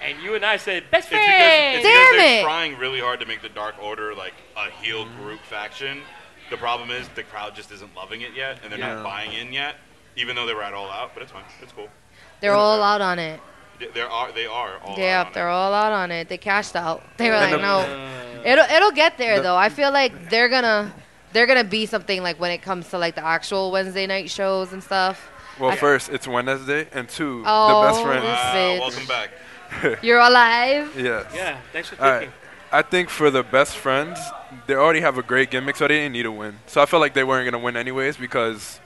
Speaker 3: and you and I said Best
Speaker 2: It's because,
Speaker 3: Friends.
Speaker 2: it's because
Speaker 5: Damn
Speaker 2: they're
Speaker 5: it.
Speaker 2: trying really hard to make the Dark Order like a heel group faction. The problem is the crowd just isn't loving it yet, and they're
Speaker 4: Yeah.
Speaker 2: not buying in yet, even though they were at All Out. But it's fine. It's cool.
Speaker 5: They're all out on it.
Speaker 2: They- There are they are all
Speaker 5: yeah,
Speaker 2: out on
Speaker 5: they're
Speaker 2: it.
Speaker 5: all out on it. They cashed out. They were
Speaker 4: And
Speaker 5: like,
Speaker 4: the-
Speaker 5: no, it'll it'll get there though. I feel like they're gonna they're gonna be something like when it comes to like the actual Wednesday night shows and stuff.
Speaker 4: Well, first it's Wednesday, and two
Speaker 5: Oh,
Speaker 4: the best friends.
Speaker 5: this-
Speaker 2: Wow,
Speaker 5: bitch.
Speaker 2: Ah, welcome back.
Speaker 5: You're alive.
Speaker 4: Yes.
Speaker 3: Yeah, thanks for
Speaker 4: All right.
Speaker 3: thinking.
Speaker 4: I think for the best friends, they already have a great gimmick, so they didn't need a win. So I felt like they weren't gonna win anyways because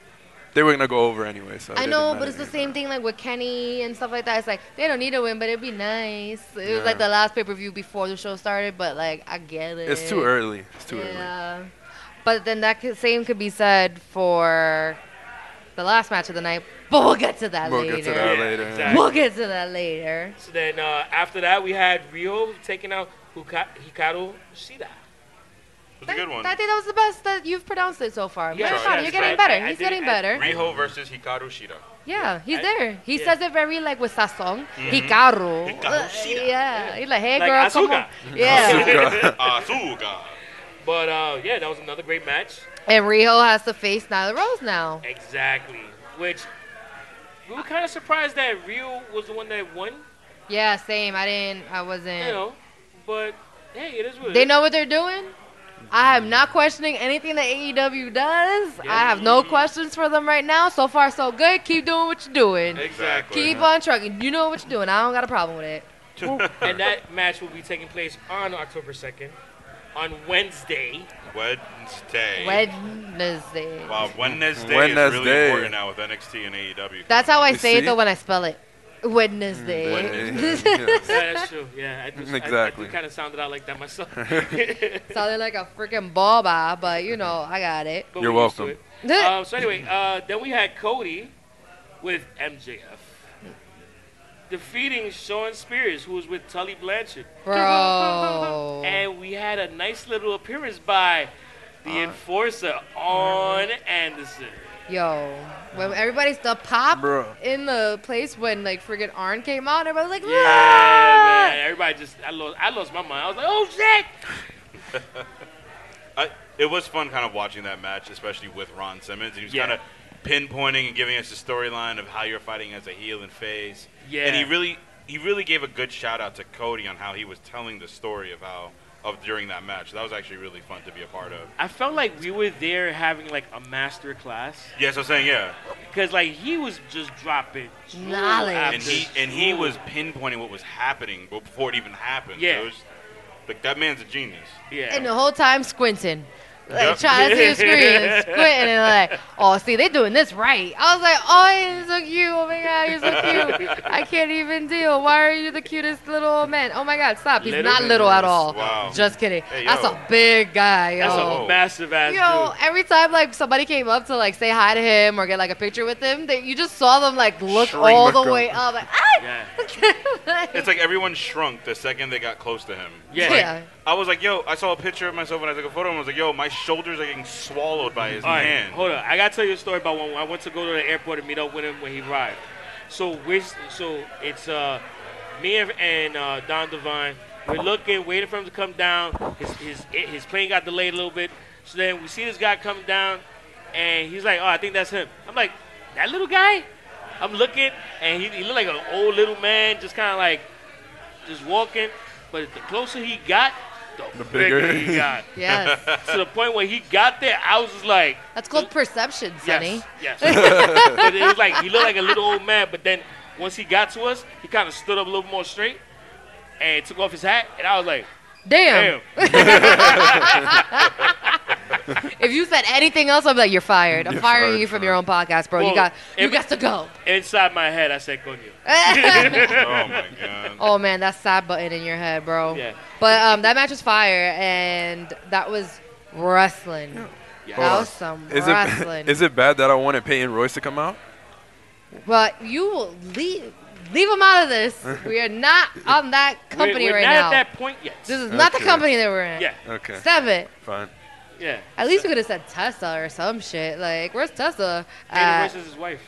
Speaker 4: they were gonna go over anyway. So it
Speaker 5: I
Speaker 4: didn't
Speaker 5: know,
Speaker 4: matter
Speaker 5: but it's the
Speaker 4: anyway.
Speaker 5: same thing like with Kenny and stuff like that. It's like they don't need to win, but it'd be nice. It was like
Speaker 4: Yeah.
Speaker 5: the last pay per view before the show started, but like I get it.
Speaker 4: It's too early. It's too early.
Speaker 5: Eh, yeah. But then that could, same could be said for the last match of the night. But we'll get to that
Speaker 4: We'll
Speaker 5: later.
Speaker 4: get to that
Speaker 3: Yeah,
Speaker 4: later.
Speaker 3: exactly.
Speaker 5: We'll get to that later.
Speaker 3: So then uh, after that, we had Rio taking out Huka- Hikaru Shida.
Speaker 2: It was a good one.
Speaker 5: I think that was the best that you've pronounced it so far.
Speaker 3: Yeah,
Speaker 5: But it's
Speaker 2: sorry,
Speaker 5: fine. You're
Speaker 2: that's
Speaker 5: getting
Speaker 3: right.
Speaker 5: better.
Speaker 3: I- I
Speaker 5: He's
Speaker 3: did-
Speaker 5: getting
Speaker 3: I-
Speaker 5: better.
Speaker 2: Riho versus Hikaru Shida.
Speaker 5: yeah, he's
Speaker 3: I-
Speaker 5: there. He
Speaker 3: yeah. Mm-hmm.
Speaker 5: says it very like with sazon. Hikaru. Uh, yeah. He's like, hey
Speaker 3: Like
Speaker 5: girl, come
Speaker 3: Asuka.
Speaker 5: on. Yeah.
Speaker 2: Ah, Asuka.
Speaker 3: But uh, yeah, that was another great match.
Speaker 5: and Riho has to face Nyla Rose now.
Speaker 3: Exactly. Which we were kind of surprised that Rio was the one that won,
Speaker 5: Yeah, same. I didn't. I wasn't.
Speaker 3: you know. But hey, it is what it
Speaker 5: They
Speaker 3: is.
Speaker 5: know what they're doing. I am not questioning anything that AEW does. I have no questions for them right now. So far, so good. Keep doing what you're doing.
Speaker 2: Exactly.
Speaker 5: Keep on trucking. You know what you're doing. I don't got a problem with it.
Speaker 3: And that match will be taking place on October 2nd, on Wednesday.
Speaker 2: Wednesday.
Speaker 5: Wednesday.
Speaker 2: Wow, Wednesday, is really
Speaker 4: Wednesday.
Speaker 2: important now with NXT and E AEW.
Speaker 5: That's how I
Speaker 4: You
Speaker 5: say it
Speaker 4: see?
Speaker 5: though when I spell it. Wednesday.
Speaker 3: Mm,
Speaker 4: Wednesday.
Speaker 3: Yeah, that's true. Yeah, I just,
Speaker 4: Exactly.
Speaker 3: kind of sounded out like that myself. but
Speaker 5: Sounded like a freaking boba, but you know I got it.
Speaker 3: we're
Speaker 4: You're
Speaker 3: used to
Speaker 4: welcome.
Speaker 3: it. Uh, so anyway, uh, then we had Cody with MJF defeating Sean Spears, who was with Tully Blanchard,
Speaker 5: Bro.
Speaker 3: and we had a nice little appearance by the enforcer on Anderson.
Speaker 5: Yo, when everybody's the pop
Speaker 4: Bruh.
Speaker 5: in the place when like freaking Arn came out, everybody was like,
Speaker 3: Yeah,
Speaker 5: "Ah!"
Speaker 3: man, everybody just I lost I lost my mind. I was like, oh shit!
Speaker 2: I, it was fun kind of watching that match, especially with Ron Simmons. He was
Speaker 3: Yeah.
Speaker 2: kind of pinpointing and giving us the storyline of how you're fighting as a heel and face.
Speaker 3: Yeah.
Speaker 2: And he really he really gave a good shout out to Cody on how he was telling the story of how of during that match. That was actually really fun to be a part of.
Speaker 3: I felt like we were there having like a master class
Speaker 2: Yes, I'm saying yeah.
Speaker 3: because like he was just dropping jewel
Speaker 5: Knowledge.
Speaker 3: after
Speaker 2: And he and he
Speaker 3: jewel.
Speaker 2: was pinpointing what was happening before it even happened.
Speaker 3: Yeah.
Speaker 2: So it was, like that man's a genius.
Speaker 3: yeah.
Speaker 5: And the whole time squinting. Like
Speaker 2: Yep.
Speaker 5: trying to see the screen, and squinting, and like, oh, see, they doing this right. I was like, oh, you're so cute. Oh my god, you're so cute. I can't even deal. Why are you the cutest little old man? Oh my god, stop. He's
Speaker 3: Little
Speaker 5: not
Speaker 3: man.
Speaker 5: little at all.
Speaker 2: Wow.
Speaker 5: Just kidding.
Speaker 2: Hey,
Speaker 5: That's
Speaker 2: yo.
Speaker 5: a big guy, yo.
Speaker 3: That's
Speaker 2: Oh.
Speaker 3: a massive ass
Speaker 5: Yo,
Speaker 3: dude.
Speaker 5: every time like somebody came up to like say hi to him or get like a picture with him, they, you just saw them like look
Speaker 4: Shrink.
Speaker 5: all
Speaker 4: Look
Speaker 5: the way
Speaker 4: up.
Speaker 5: up, like ah,
Speaker 2: Yeah.
Speaker 5: Like-
Speaker 2: It's like everyone shrunk the second they got close to him.
Speaker 3: Yeah.
Speaker 5: yeah.
Speaker 2: I was like, yo, I saw a picture of myself and I took a photo and I was like, yo, my shoulders are getting swallowed by his
Speaker 3: All right,
Speaker 2: hand.
Speaker 3: hold on. I gotta tell you a story about when I went to go to the airport and meet up with him when he arrived. So we, so it's uh, me and, and uh, Don Devine. We're looking, waiting for him to come down. His his his plane got delayed a little bit. So then we see this guy come down, and he's like, "Oh, I think that's him." I'm like, "That little guy?" I'm looking, and he, he looked like an old little man, just kind of like just walking. But the closer he got, the,
Speaker 4: The
Speaker 3: bigger.
Speaker 4: bigger.
Speaker 3: he got.
Speaker 5: Yes.
Speaker 3: to the point where he got there, I was just like.
Speaker 5: That's called perception, Sonny.
Speaker 3: Yes. yes. but it was like he looked like a little old man. But then once he got to us, he kind of stood up a little more straight and took off his hat, and I was like,
Speaker 5: Damn.
Speaker 3: "Damn."
Speaker 5: If you said anything else, I'm like, you're fired. I'm
Speaker 4: You're
Speaker 5: firing
Speaker 4: fired,
Speaker 5: you from
Speaker 4: bro.
Speaker 5: your own podcast, bro.
Speaker 3: Well,
Speaker 5: you got you
Speaker 3: if-
Speaker 5: got to go.
Speaker 3: Inside my head, I said, "Coño."
Speaker 2: Oh my god.
Speaker 5: oh man, that side button in your head, bro.
Speaker 3: Yeah.
Speaker 5: But um, that match was fire, and that was wrestling.
Speaker 3: Yeah.
Speaker 5: That
Speaker 4: Hold
Speaker 5: was
Speaker 4: on.
Speaker 5: some
Speaker 4: Is
Speaker 5: wrestling.
Speaker 4: it, is it bad that I wanted Peyton Royce to come out?
Speaker 5: but you will leave leave them out of this. we are not on that
Speaker 3: We're-
Speaker 5: company
Speaker 3: we're,
Speaker 5: right
Speaker 3: not
Speaker 5: now.
Speaker 3: at that point yet.
Speaker 5: this is not the
Speaker 4: Okay.
Speaker 5: company that we're in.
Speaker 3: yeah,
Speaker 4: Okay,
Speaker 5: Stop it.
Speaker 4: fine.
Speaker 3: yeah.
Speaker 5: At least we could have said Tessa or some shit. Like, where's
Speaker 3: Taylor
Speaker 5: Tessa? at?
Speaker 3: Royce is his wife.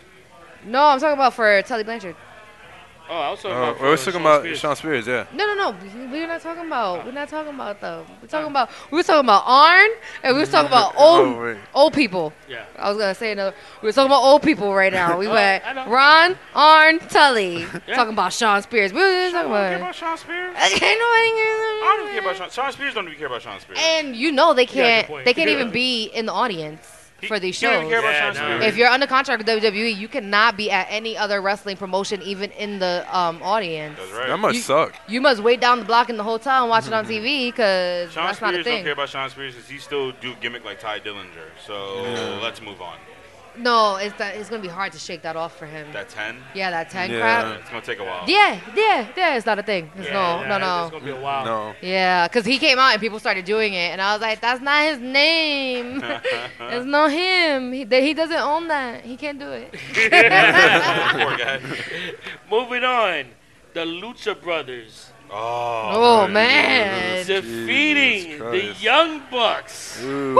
Speaker 5: no, I'm talking about for Telly Blanchard.
Speaker 3: Oh, I was talking
Speaker 4: Uh,
Speaker 3: about.
Speaker 4: we were
Speaker 3: uh,
Speaker 4: talking
Speaker 3: Sean
Speaker 4: about
Speaker 3: Spears.
Speaker 4: Sean Spears, yeah.
Speaker 5: No, no, no. we- We're not talking about. We're not talking about them. We're talking about. We were talking about Arn, and we were talking about old
Speaker 4: Oh, wait.
Speaker 5: old people.
Speaker 3: Yeah.
Speaker 5: I was gonna say another. We were talking about old people right now. We
Speaker 3: Oh,
Speaker 5: went
Speaker 3: I know.
Speaker 5: Ron, Arn, Tully.
Speaker 3: Yeah.
Speaker 5: Talking about Sean Spears. We were
Speaker 2: I don't care
Speaker 5: talking about.
Speaker 2: about Sean Spears. I
Speaker 5: Okay, nobody cares.
Speaker 2: don't care about Sean. Sean Spears don't even care about Sean Spears.
Speaker 5: And you know they
Speaker 3: good
Speaker 5: can't.
Speaker 3: point.
Speaker 5: they can't even
Speaker 3: Yeah.
Speaker 5: be in the audience
Speaker 2: He-
Speaker 5: for these
Speaker 2: he don't even
Speaker 5: shows.
Speaker 2: care about
Speaker 3: Yeah,
Speaker 2: Sean
Speaker 3: no.
Speaker 2: Spears.
Speaker 5: If you're under contract with WWE, you cannot be at any other wrestling promotion, even in the um, audience.
Speaker 2: That's right.
Speaker 4: That must
Speaker 5: You-
Speaker 4: suck.
Speaker 5: You must wait down the block in the hotel and watch it on TV because
Speaker 2: Mm-hmm. Sean
Speaker 5: that's
Speaker 2: Spears
Speaker 5: not a
Speaker 2: don't care
Speaker 5: thing.
Speaker 2: about Sean Spears because he still do gimmick like Ty Dillinger. So let's move on.
Speaker 5: No, it's that it's gonna be hard to shake that off for him.
Speaker 2: That ten.
Speaker 5: yeah, that ten
Speaker 4: Yeah.
Speaker 5: crap.
Speaker 2: It's gonna take a while.
Speaker 5: Yeah, yeah, yeah. It's not a thing. It's
Speaker 3: Yeah,
Speaker 5: no,
Speaker 3: yeah,
Speaker 5: no,
Speaker 3: It's
Speaker 5: no.
Speaker 3: gonna be a while.
Speaker 4: No.
Speaker 5: Yeah, cause he came out and people started doing it, and I was like, that's not his name. it's not him. He, he doesn't own that. He can't do it.
Speaker 2: Poor guy.
Speaker 3: Moving on, the Lucha Brothers
Speaker 2: Oh.
Speaker 5: Oh,
Speaker 4: man.
Speaker 5: man,
Speaker 3: defeating the
Speaker 4: Christ.
Speaker 3: Young Bucks.
Speaker 4: Ooh.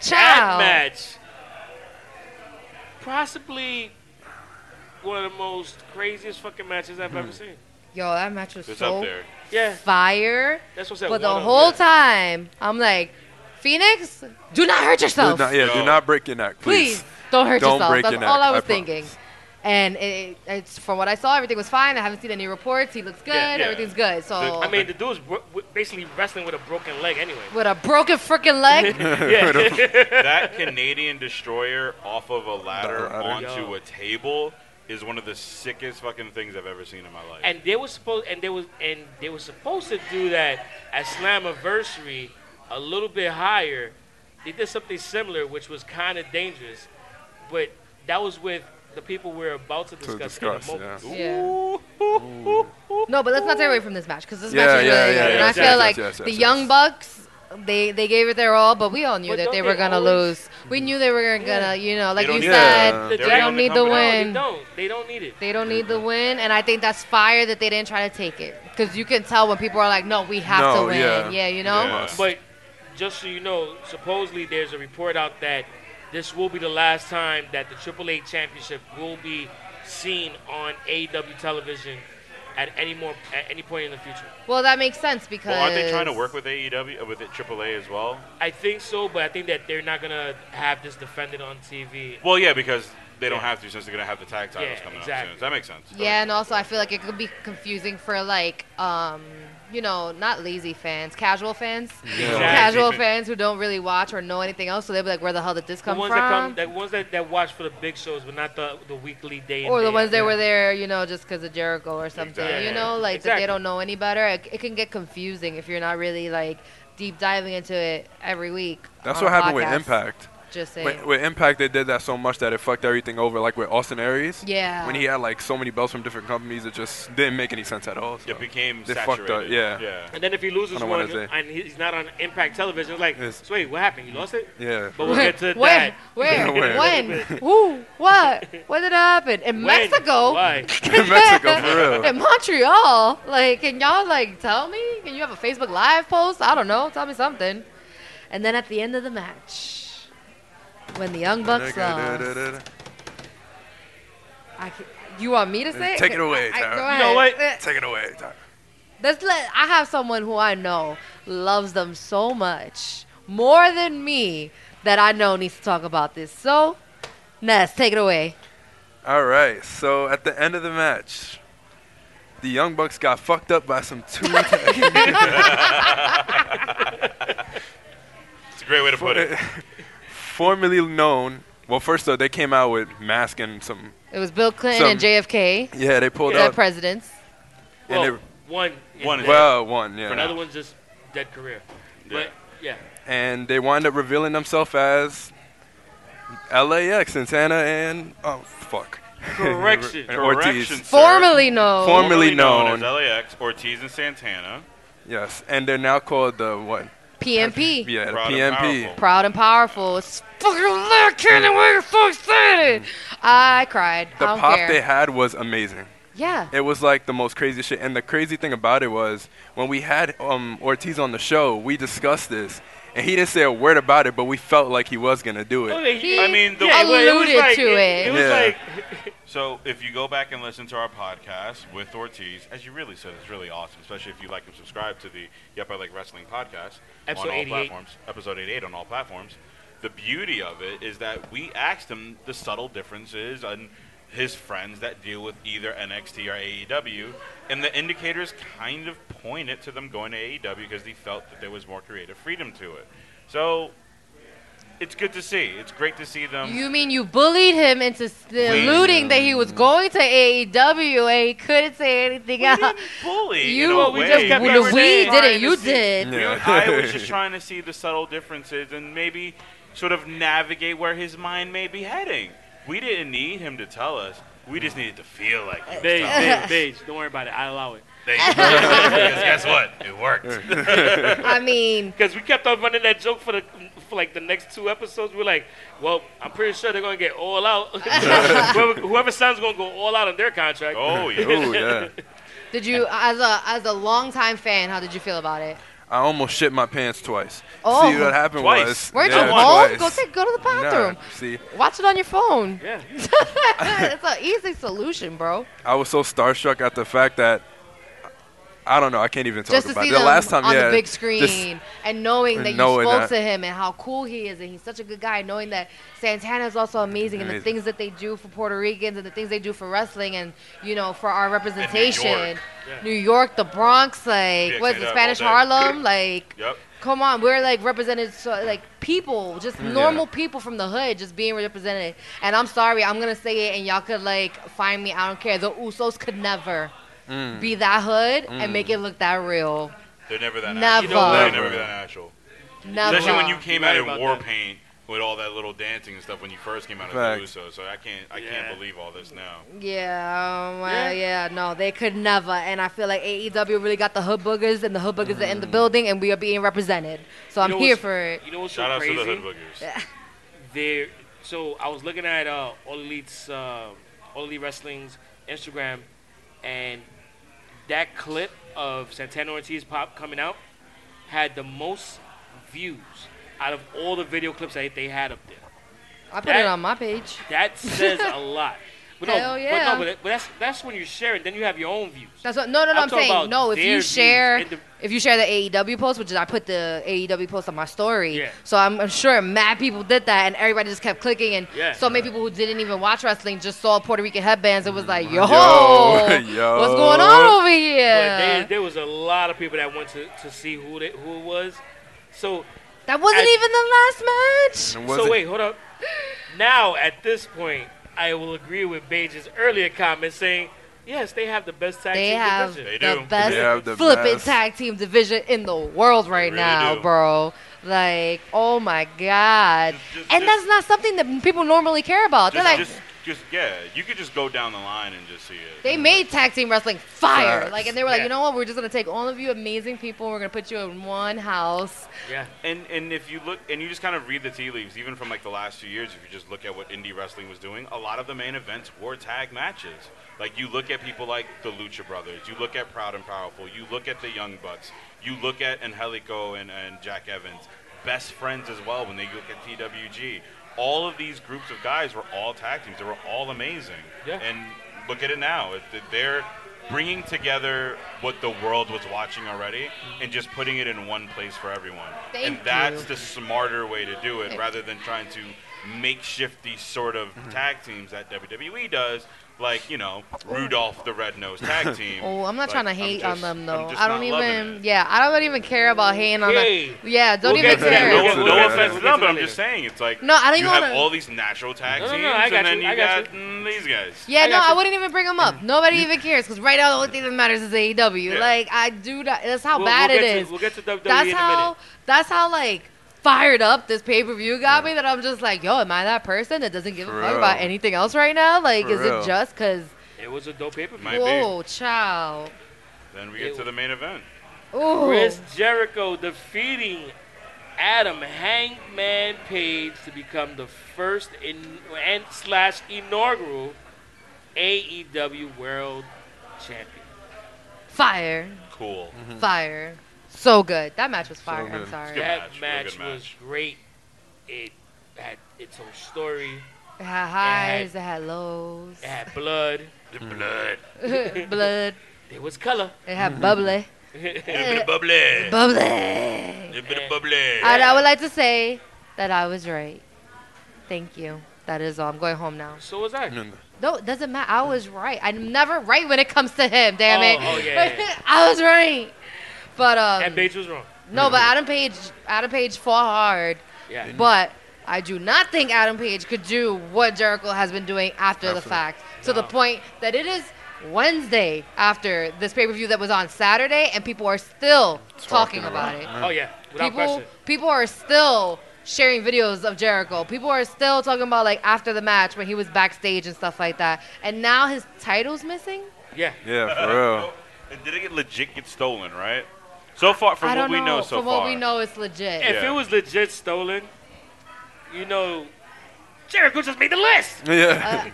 Speaker 5: child.
Speaker 3: That match, possibly one of the most craziest fucking matches I've
Speaker 4: Hmm.
Speaker 3: ever seen.
Speaker 5: Yo, that match
Speaker 3: Oh.
Speaker 5: was
Speaker 2: It's
Speaker 5: so
Speaker 2: up there.
Speaker 3: Yeah,
Speaker 5: fire.
Speaker 3: that's what's up.
Speaker 5: But the whole time, I'm like, Phoenix, do not hurt
Speaker 4: Do
Speaker 5: yourself.
Speaker 4: not, yeah,
Speaker 2: Yo.
Speaker 4: do not break your neck,
Speaker 5: please.
Speaker 4: please.
Speaker 5: don't hurt
Speaker 4: Don't
Speaker 5: yourself.
Speaker 4: break
Speaker 5: That's
Speaker 4: your neck,
Speaker 5: all I was
Speaker 4: I promise.
Speaker 5: thinking. And it, it's from what I saw, everything was fine. I haven't seen any reports. He looks good.
Speaker 3: Yeah,
Speaker 2: yeah.
Speaker 5: Everything's good. So
Speaker 3: I mean, the dude was bro- w- basically wrestling with a broken leg anyway.
Speaker 5: with a broken freaking leg,
Speaker 3: yeah.
Speaker 2: that Canadian destroyer off of a ladder,
Speaker 4: The ladder.
Speaker 2: onto
Speaker 3: Yo.
Speaker 2: a table is one of the sickest fucking things I've ever seen in my life.
Speaker 3: and they were supposed and they was and they were supposed to do that at Slammiversary a little bit higher. They did something similar, which was kind of dangerous, but that was with the people we're about to discuss,
Speaker 4: discuss,
Speaker 3: in a moment.
Speaker 4: yeah.
Speaker 5: Yeah. no, but let's not stay away from this match because this
Speaker 4: Yeah,
Speaker 5: match is
Speaker 4: yeah, yeah,
Speaker 5: really good. and
Speaker 3: yeah,
Speaker 5: I
Speaker 3: yes,
Speaker 5: feel
Speaker 3: yes,
Speaker 5: like
Speaker 4: yes, yes,
Speaker 5: the
Speaker 4: yes.
Speaker 5: Young Bucks, they they gave it their all, but we all knew
Speaker 3: But
Speaker 5: that
Speaker 3: don't
Speaker 5: they were
Speaker 3: they
Speaker 5: gonna
Speaker 3: always-
Speaker 5: lose. We knew they were gonna, you know, like
Speaker 2: don't
Speaker 5: you
Speaker 2: need-
Speaker 5: said,
Speaker 4: Yeah.
Speaker 5: they
Speaker 3: The
Speaker 2: They're
Speaker 5: don't
Speaker 2: gonna
Speaker 5: need the
Speaker 2: come back.
Speaker 5: win.
Speaker 3: No, they don't. They don't need it.
Speaker 5: They don't need
Speaker 2: Mm-hmm.
Speaker 5: the win, and I think that's fire that they didn't try to take it. Because you can tell when people are like, no, we have
Speaker 4: No,
Speaker 5: to win. Yeah,
Speaker 4: yeah.
Speaker 5: you know?
Speaker 2: Yeah.
Speaker 3: But just so you know, supposedly there's a report out that this will be the last time that the AAA championship will be seen on AEW television at any more at any point in the future.
Speaker 5: Well, that makes sense because.
Speaker 2: well, aren't they trying to work with AEW uh, with it, AAA as well?
Speaker 3: I think so, but I think that they're not gonna have this defended on TV.
Speaker 2: Well, yeah, because they don't
Speaker 3: Yeah.
Speaker 2: have to since they're gonna have the tag titles
Speaker 3: Yeah,
Speaker 2: coming up
Speaker 3: exactly.
Speaker 2: soon. That makes sense.
Speaker 5: Yeah, and also I feel like it could be confusing for, like, um, you know, not lazy fans, casual fans.
Speaker 2: Yeah.
Speaker 5: Casual
Speaker 2: Yeah.
Speaker 5: fans who don't really watch or know anything else, so they'll be like, where the hell did this
Speaker 3: The
Speaker 5: come
Speaker 3: ones
Speaker 5: from?
Speaker 3: that come, the ones that, that watch for the big shows, but not the, the weekly day. and
Speaker 5: or the
Speaker 3: day
Speaker 5: ones
Speaker 3: out.
Speaker 5: that were there, you know, just because of Jericho or something.
Speaker 2: Exactly.
Speaker 5: You know, like that
Speaker 3: Exactly.
Speaker 5: they don't know any better. It, it can get confusing if you're not really like deep diving into it every week.
Speaker 4: That's
Speaker 5: on
Speaker 4: what
Speaker 5: a
Speaker 4: happened with
Speaker 5: podcast.
Speaker 4: Impact.
Speaker 5: Just saying.
Speaker 4: With, with Impact, they did that so much that it fucked everything over. Like with Austin Aries,
Speaker 5: Yeah.
Speaker 4: when he had like so many belts from different companies, it just didn't make any sense at all. so.
Speaker 2: It became
Speaker 4: They fucked
Speaker 2: saturated.
Speaker 4: up, yeah.
Speaker 2: Yeah.
Speaker 3: And then if he loses
Speaker 4: I don't
Speaker 3: one
Speaker 4: wanna say.
Speaker 3: and he's not on Impact Television, it's like,
Speaker 4: Yes.
Speaker 3: so wait, what happened? You lost it?
Speaker 4: yeah.
Speaker 3: But we'll get to
Speaker 5: Where?
Speaker 3: that.
Speaker 5: Where?
Speaker 4: Where?
Speaker 5: When? Who? What? What did happen? In
Speaker 3: When?
Speaker 5: Mexico?
Speaker 3: Why?
Speaker 4: in Mexico, for real.
Speaker 5: in Montreal. Like, can y'all like tell me? Can you have a Facebook Live post? I don't know. Tell me something. And then at the end of the match, when the Young Bucks lost, I can, you want me to say
Speaker 4: Take it away,
Speaker 5: I- I-
Speaker 4: Tara.
Speaker 5: go
Speaker 4: You
Speaker 3: know
Speaker 5: ahead. Eh,
Speaker 4: Take it away. Ty.
Speaker 5: Let's let I have someone who I know loves them so much more than me that I know needs to talk about this. So, Ness, take it away.
Speaker 4: All right. So at the end of the match, the Young Bucks got fucked up by some two.
Speaker 2: It's a great way to put it.
Speaker 4: formerly known. Well, first though, they came out with mask and some.
Speaker 5: It was Bill Clinton and
Speaker 4: Some-
Speaker 5: JFK,
Speaker 4: Yeah, they pulled
Speaker 5: dead
Speaker 4: out.
Speaker 5: presidents.
Speaker 4: And they-
Speaker 3: Well, one. is
Speaker 2: One is-
Speaker 3: dead.
Speaker 4: Well, one. Yeah.
Speaker 3: Another one's just dead career. But, yeah.
Speaker 4: and they wind up revealing themselves as LAX, Santana, and oh fuck,
Speaker 3: Correction.
Speaker 4: And Ortiz.
Speaker 2: Correction, sir.
Speaker 5: Formerly known.
Speaker 4: Form- Formerly
Speaker 2: known,
Speaker 4: known.
Speaker 2: as LAX, Ortiz and Santana.
Speaker 4: yes, and they're now called the what?
Speaker 5: PMP.
Speaker 4: Yeah, the
Speaker 2: Proud and
Speaker 4: PMP.
Speaker 2: powerful.
Speaker 5: Proud and powerful. It's fucking lit. Can't wait. So excited. I cried.
Speaker 4: Mm. The
Speaker 5: I don't
Speaker 4: pop
Speaker 5: care.
Speaker 4: they had was amazing.
Speaker 5: yeah.
Speaker 4: It was like the most crazy shit. And the crazy thing about it was when we had um, Ortiz on the show, we discussed this, and he didn't say a word about it, but we felt like he was gonna do
Speaker 3: Oh,
Speaker 4: it.
Speaker 3: they-
Speaker 5: He
Speaker 2: I mean, the-
Speaker 3: yeah, it was- it was
Speaker 5: alluded
Speaker 3: like-
Speaker 5: to it.
Speaker 3: It was
Speaker 4: Yeah.
Speaker 3: like,
Speaker 2: So if you go back and listen to our podcast with Ortiz, as you really said, it's really awesome, especially if you like and subscribe to the Yep I Like Wrestling podcast
Speaker 3: Episode
Speaker 2: on all
Speaker 3: 88.
Speaker 2: platforms. Episode 88 on all platforms. The beauty of it is that we asked him the subtle differences and his friends that deal with either NXT or AEW, and the indicators kind of pointed to them going to AEW because they felt that there was more creative freedom to it. So it's good to see. It's great to see them.
Speaker 5: You mean you bullied him into s- alluding that he was going to AEW and he couldn't say anything
Speaker 2: we
Speaker 5: else?
Speaker 2: didn't bully.
Speaker 5: You-
Speaker 2: in a
Speaker 5: we
Speaker 2: way.
Speaker 5: just kept We- we everything- didn't,
Speaker 2: Trying to
Speaker 5: you
Speaker 2: see-
Speaker 5: did.
Speaker 2: we-
Speaker 4: Yeah.
Speaker 2: I was just trying to see the subtle differences and maybe sort of navigate where his mind may be heading. We didn't need him to tell us. We just needed to feel like it.
Speaker 3: Beige, beige, beige. Don't worry about it. I allow it.
Speaker 2: because guess what? It worked.
Speaker 5: I mean,
Speaker 3: Because we kept on running that joke for the for like the next two episodes. We're like, well, I'm pretty sure they're gonna get all out. whoever, whoever signs gonna go all out on their contract.
Speaker 2: Oh yeah.
Speaker 4: Ooh, yeah.
Speaker 5: did you, as a as a longtime fan, how did you feel about it?
Speaker 4: I almost shit my pants twice.
Speaker 5: Oh.
Speaker 4: See what happened
Speaker 2: Twice.
Speaker 4: was.
Speaker 5: Weren't
Speaker 4: yeah,
Speaker 5: you home?
Speaker 4: twice.
Speaker 5: Go take, go to the bathroom.
Speaker 4: Nah, see,
Speaker 5: Watch it on your phone.
Speaker 3: Yeah.
Speaker 5: it's an easy solution, bro.
Speaker 4: I was so starstruck at the fact that I don't know. I can't even talk
Speaker 5: Just to
Speaker 4: about
Speaker 5: see
Speaker 4: it. The
Speaker 5: them
Speaker 4: last time,
Speaker 5: on
Speaker 4: yeah,
Speaker 5: the big
Speaker 4: just-
Speaker 5: screen and knowing that you
Speaker 4: knowing
Speaker 5: spoke
Speaker 4: that.
Speaker 5: to him and how cool he is and he's such a good guy, knowing that Santana is also amazing, and the
Speaker 4: Amazing.
Speaker 5: things that they do for Puerto Ricans and the things they do for wrestling and you know for our representation,
Speaker 2: York.
Speaker 3: Yeah.
Speaker 5: New York, the Bronx, like
Speaker 2: Yeah, say
Speaker 5: what's the
Speaker 2: that all
Speaker 5: Spanish
Speaker 2: day.
Speaker 5: Harlem, like
Speaker 2: Yep.
Speaker 5: Come on, we're like represented, so, like people, just
Speaker 4: Mm,
Speaker 5: normal
Speaker 4: yeah.
Speaker 5: people from the hood, just being represented. And I'm sorry, I'm gonna say it, and y'all could like find me. I don't care. The Usos could never
Speaker 2: Mm.
Speaker 5: be that hood and make it look that real.
Speaker 2: They're never that
Speaker 5: Never.
Speaker 2: natural. They're never
Speaker 4: Never.
Speaker 2: be that natural.
Speaker 5: Never.
Speaker 2: Especially when you came
Speaker 3: You're
Speaker 2: out
Speaker 3: right
Speaker 2: in
Speaker 3: about
Speaker 2: war
Speaker 3: that.
Speaker 2: paint with all that little dancing and stuff when you first came out
Speaker 4: Fact.
Speaker 2: as the Usos. So I can't I
Speaker 3: Yeah.
Speaker 2: can't believe all this now.
Speaker 5: Yeah, um,
Speaker 3: Yeah.
Speaker 5: well, yeah, no, they could never. And I feel like AEW really got the hood boogers, and the hood boogers are in
Speaker 2: Mm.
Speaker 5: the building, and we are being represented. So I'm
Speaker 3: know
Speaker 5: here
Speaker 3: what's-
Speaker 5: for it.
Speaker 3: You know what's so
Speaker 2: Shout out
Speaker 3: crazy?
Speaker 2: to the Hood Boogers.
Speaker 3: there so I was looking at uh All Elite's uh, All Elite Wrestling's Instagram and that clip of Santana Ortiz pop coming out had the most views out of all the video clips that they had up there.
Speaker 5: I put it
Speaker 3: that-
Speaker 5: on my page.
Speaker 3: That says a lot. But
Speaker 5: Hell
Speaker 3: no,
Speaker 5: yeah.
Speaker 3: But no, but, that- but that's that's when you share it. Then you have your own views.
Speaker 5: That's what, no, no, no.
Speaker 3: I'm
Speaker 5: I'm,
Speaker 3: talking
Speaker 5: saying
Speaker 3: about
Speaker 5: no. If
Speaker 3: their
Speaker 5: you
Speaker 3: views
Speaker 5: share,
Speaker 3: in the-
Speaker 5: if you share the AEW post, which is I put the AEW post on my story,
Speaker 3: Yeah.
Speaker 5: so I'm, I'm sure mad people did that, and everybody just kept clicking, and
Speaker 3: Yeah.
Speaker 5: so many people who didn't even watch wrestling just saw Puerto Rican headbands and was like,
Speaker 4: Yo.
Speaker 5: "Yo, what's going on over
Speaker 3: But
Speaker 5: here?"
Speaker 3: there, there was a lot of people that went to, to see who they, who it was. So
Speaker 5: that wasn't
Speaker 3: I-
Speaker 5: even the last match.
Speaker 4: And was
Speaker 3: so
Speaker 4: it-
Speaker 3: wait, hold up. Now at this point, I will agree with Beige's earlier comment saying Yes, they have the best tag
Speaker 5: They
Speaker 3: team
Speaker 5: have
Speaker 3: division.
Speaker 2: They
Speaker 5: the
Speaker 2: do.
Speaker 5: best
Speaker 4: They have the
Speaker 5: flipping
Speaker 4: best.
Speaker 5: tag team division in the world right
Speaker 2: really
Speaker 5: now,
Speaker 2: do.
Speaker 5: bro. Like, oh my god!
Speaker 2: Just- just-
Speaker 5: and that's
Speaker 2: just-
Speaker 5: not something that people normally care about.
Speaker 2: Just,
Speaker 5: They're like,
Speaker 2: just, just, yeah, you could just go down the line and just see it.
Speaker 5: they made tag team wrestling fire.
Speaker 4: Facts.
Speaker 5: Like, and they were like,
Speaker 3: Yeah.
Speaker 5: you know what? We're just gonna take all of you amazing people. and We're gonna put you in one house.
Speaker 3: Yeah.
Speaker 2: And and if you look and you just kind of read the tea leaves, even from like the last few years, if you just look at what indie wrestling was doing, a lot of the main events were tag matches. Like you look at people like the Lucha Brothers, you look at Proud and Powerful, you look at the Young Bucks, you look at Angelico and, and Jack Evans, best friends as well when they look at TWG. All of these groups of guys were all tag teams. They were all amazing.
Speaker 3: Yeah.
Speaker 2: And look at it now. It- They're bringing together what the world was watching already and just putting it in one place for everyone.
Speaker 5: Thank
Speaker 2: and that's
Speaker 5: you.
Speaker 2: the smarter way to do it
Speaker 5: Thank
Speaker 2: rather than trying to makeshift these sort of
Speaker 3: Mm-hmm.
Speaker 2: tag teams that WWE does. Like you know, Rudolph the Red Nosed Tag Team.
Speaker 5: Oh, I'm not
Speaker 2: Like,
Speaker 5: trying to
Speaker 2: I'm
Speaker 5: hate
Speaker 2: just-
Speaker 5: on them
Speaker 2: I'm
Speaker 5: though.
Speaker 2: just
Speaker 5: I don't
Speaker 2: not loving
Speaker 5: even.
Speaker 2: it.
Speaker 5: Yeah, I don't even care about hating on
Speaker 3: Okay.
Speaker 5: them. Yeah, don't
Speaker 3: We'll
Speaker 5: even
Speaker 3: get to that.
Speaker 5: care.
Speaker 3: We'll
Speaker 2: no,
Speaker 3: get- we'll
Speaker 2: no
Speaker 3: get to
Speaker 2: offense
Speaker 3: that
Speaker 2: to them, but I'm
Speaker 3: later.
Speaker 2: just saying it's like
Speaker 5: No, I don't
Speaker 2: you
Speaker 5: even
Speaker 2: have
Speaker 5: wanna-
Speaker 2: all these natural tag
Speaker 3: No, no,
Speaker 2: teams,
Speaker 3: no, I got
Speaker 2: and then
Speaker 3: you,
Speaker 2: you
Speaker 3: I got you.
Speaker 2: mm, these guys.
Speaker 5: Yeah,
Speaker 3: I
Speaker 5: no,
Speaker 3: got
Speaker 5: I
Speaker 3: you.
Speaker 5: wouldn't even bring them up. Nobody even cares because right now the only thing that matters is AEW.
Speaker 2: Yeah.
Speaker 5: Like I do not. That's how
Speaker 3: We'll-
Speaker 5: bad
Speaker 3: we'll
Speaker 5: it
Speaker 3: get to-
Speaker 5: is.
Speaker 3: we'll get to WWE
Speaker 5: that's
Speaker 3: in a
Speaker 5: how.
Speaker 3: minute.
Speaker 5: That's how like fired up this pay per view got me that I'm just like, yo, am I that person that doesn't give
Speaker 4: For
Speaker 5: a fuck about
Speaker 4: real.
Speaker 5: anything else right now? Like,
Speaker 4: For
Speaker 5: is
Speaker 4: real.
Speaker 5: it just because?
Speaker 3: It was a dope paper.
Speaker 2: Might be.
Speaker 5: Whoa, child.
Speaker 2: Then we get to the main event.
Speaker 5: Ooh.
Speaker 3: Chris Jericho defeating Adam Hangman Page to become the first in, and slash inaugural AEW World Champion.
Speaker 5: Fire,
Speaker 2: Cool.
Speaker 3: Hmm.
Speaker 5: fire. So good. That match was fire. I'm
Speaker 4: good.
Speaker 5: sorry.
Speaker 2: Good
Speaker 3: that
Speaker 2: match, real
Speaker 3: match,
Speaker 2: good
Speaker 3: was
Speaker 2: match.
Speaker 3: great. It had its own story.
Speaker 5: It had highs. It had lows.
Speaker 3: It had blood.
Speaker 2: The
Speaker 3: Mm-hmm.
Speaker 2: blood.
Speaker 5: Blood.
Speaker 3: There was color.
Speaker 5: It had bubbly.
Speaker 2: Little bit of bubbly.
Speaker 5: Bubbly.
Speaker 2: Little bit of bubbly.
Speaker 5: And I would like to say that I was right. Thank you. That is all. I'm going home now.
Speaker 3: So was I.
Speaker 5: No, it doesn't matter. I was right. I'm never right when it comes to him. Damn
Speaker 3: Oh,
Speaker 5: it.
Speaker 3: oh, yeah, yeah.
Speaker 5: I was right. But
Speaker 3: And
Speaker 5: um,
Speaker 3: Page was wrong.
Speaker 5: no, but Adam Page, Adam Page fought hard.
Speaker 3: Yeah.
Speaker 5: But I do not think Adam Page could do what Jericho has been doing after the
Speaker 4: Absolutely.
Speaker 5: fact. To the
Speaker 3: No.
Speaker 5: point that it is Wednesday after this pay per view that was on Saturday, and people are still talking,
Speaker 4: Talking
Speaker 5: about
Speaker 4: about
Speaker 5: it
Speaker 2: Uh-huh.
Speaker 3: Oh yeah. Without
Speaker 5: people
Speaker 3: question.
Speaker 5: people are still sharing videos of Jericho. People are still talking about like after the match when he was backstage and stuff like that. And now his title's missing.
Speaker 3: Yeah.
Speaker 4: Yeah, for real.
Speaker 2: And did it get legit get stolen, right? So far, from
Speaker 5: I
Speaker 2: what
Speaker 5: don't
Speaker 2: we know so
Speaker 5: From
Speaker 2: far.
Speaker 5: what we know, it's legit.
Speaker 3: If
Speaker 2: Yeah.
Speaker 3: it was legit stolen, you know, Jericho just made the list.
Speaker 5: Uh,
Speaker 4: Yeah.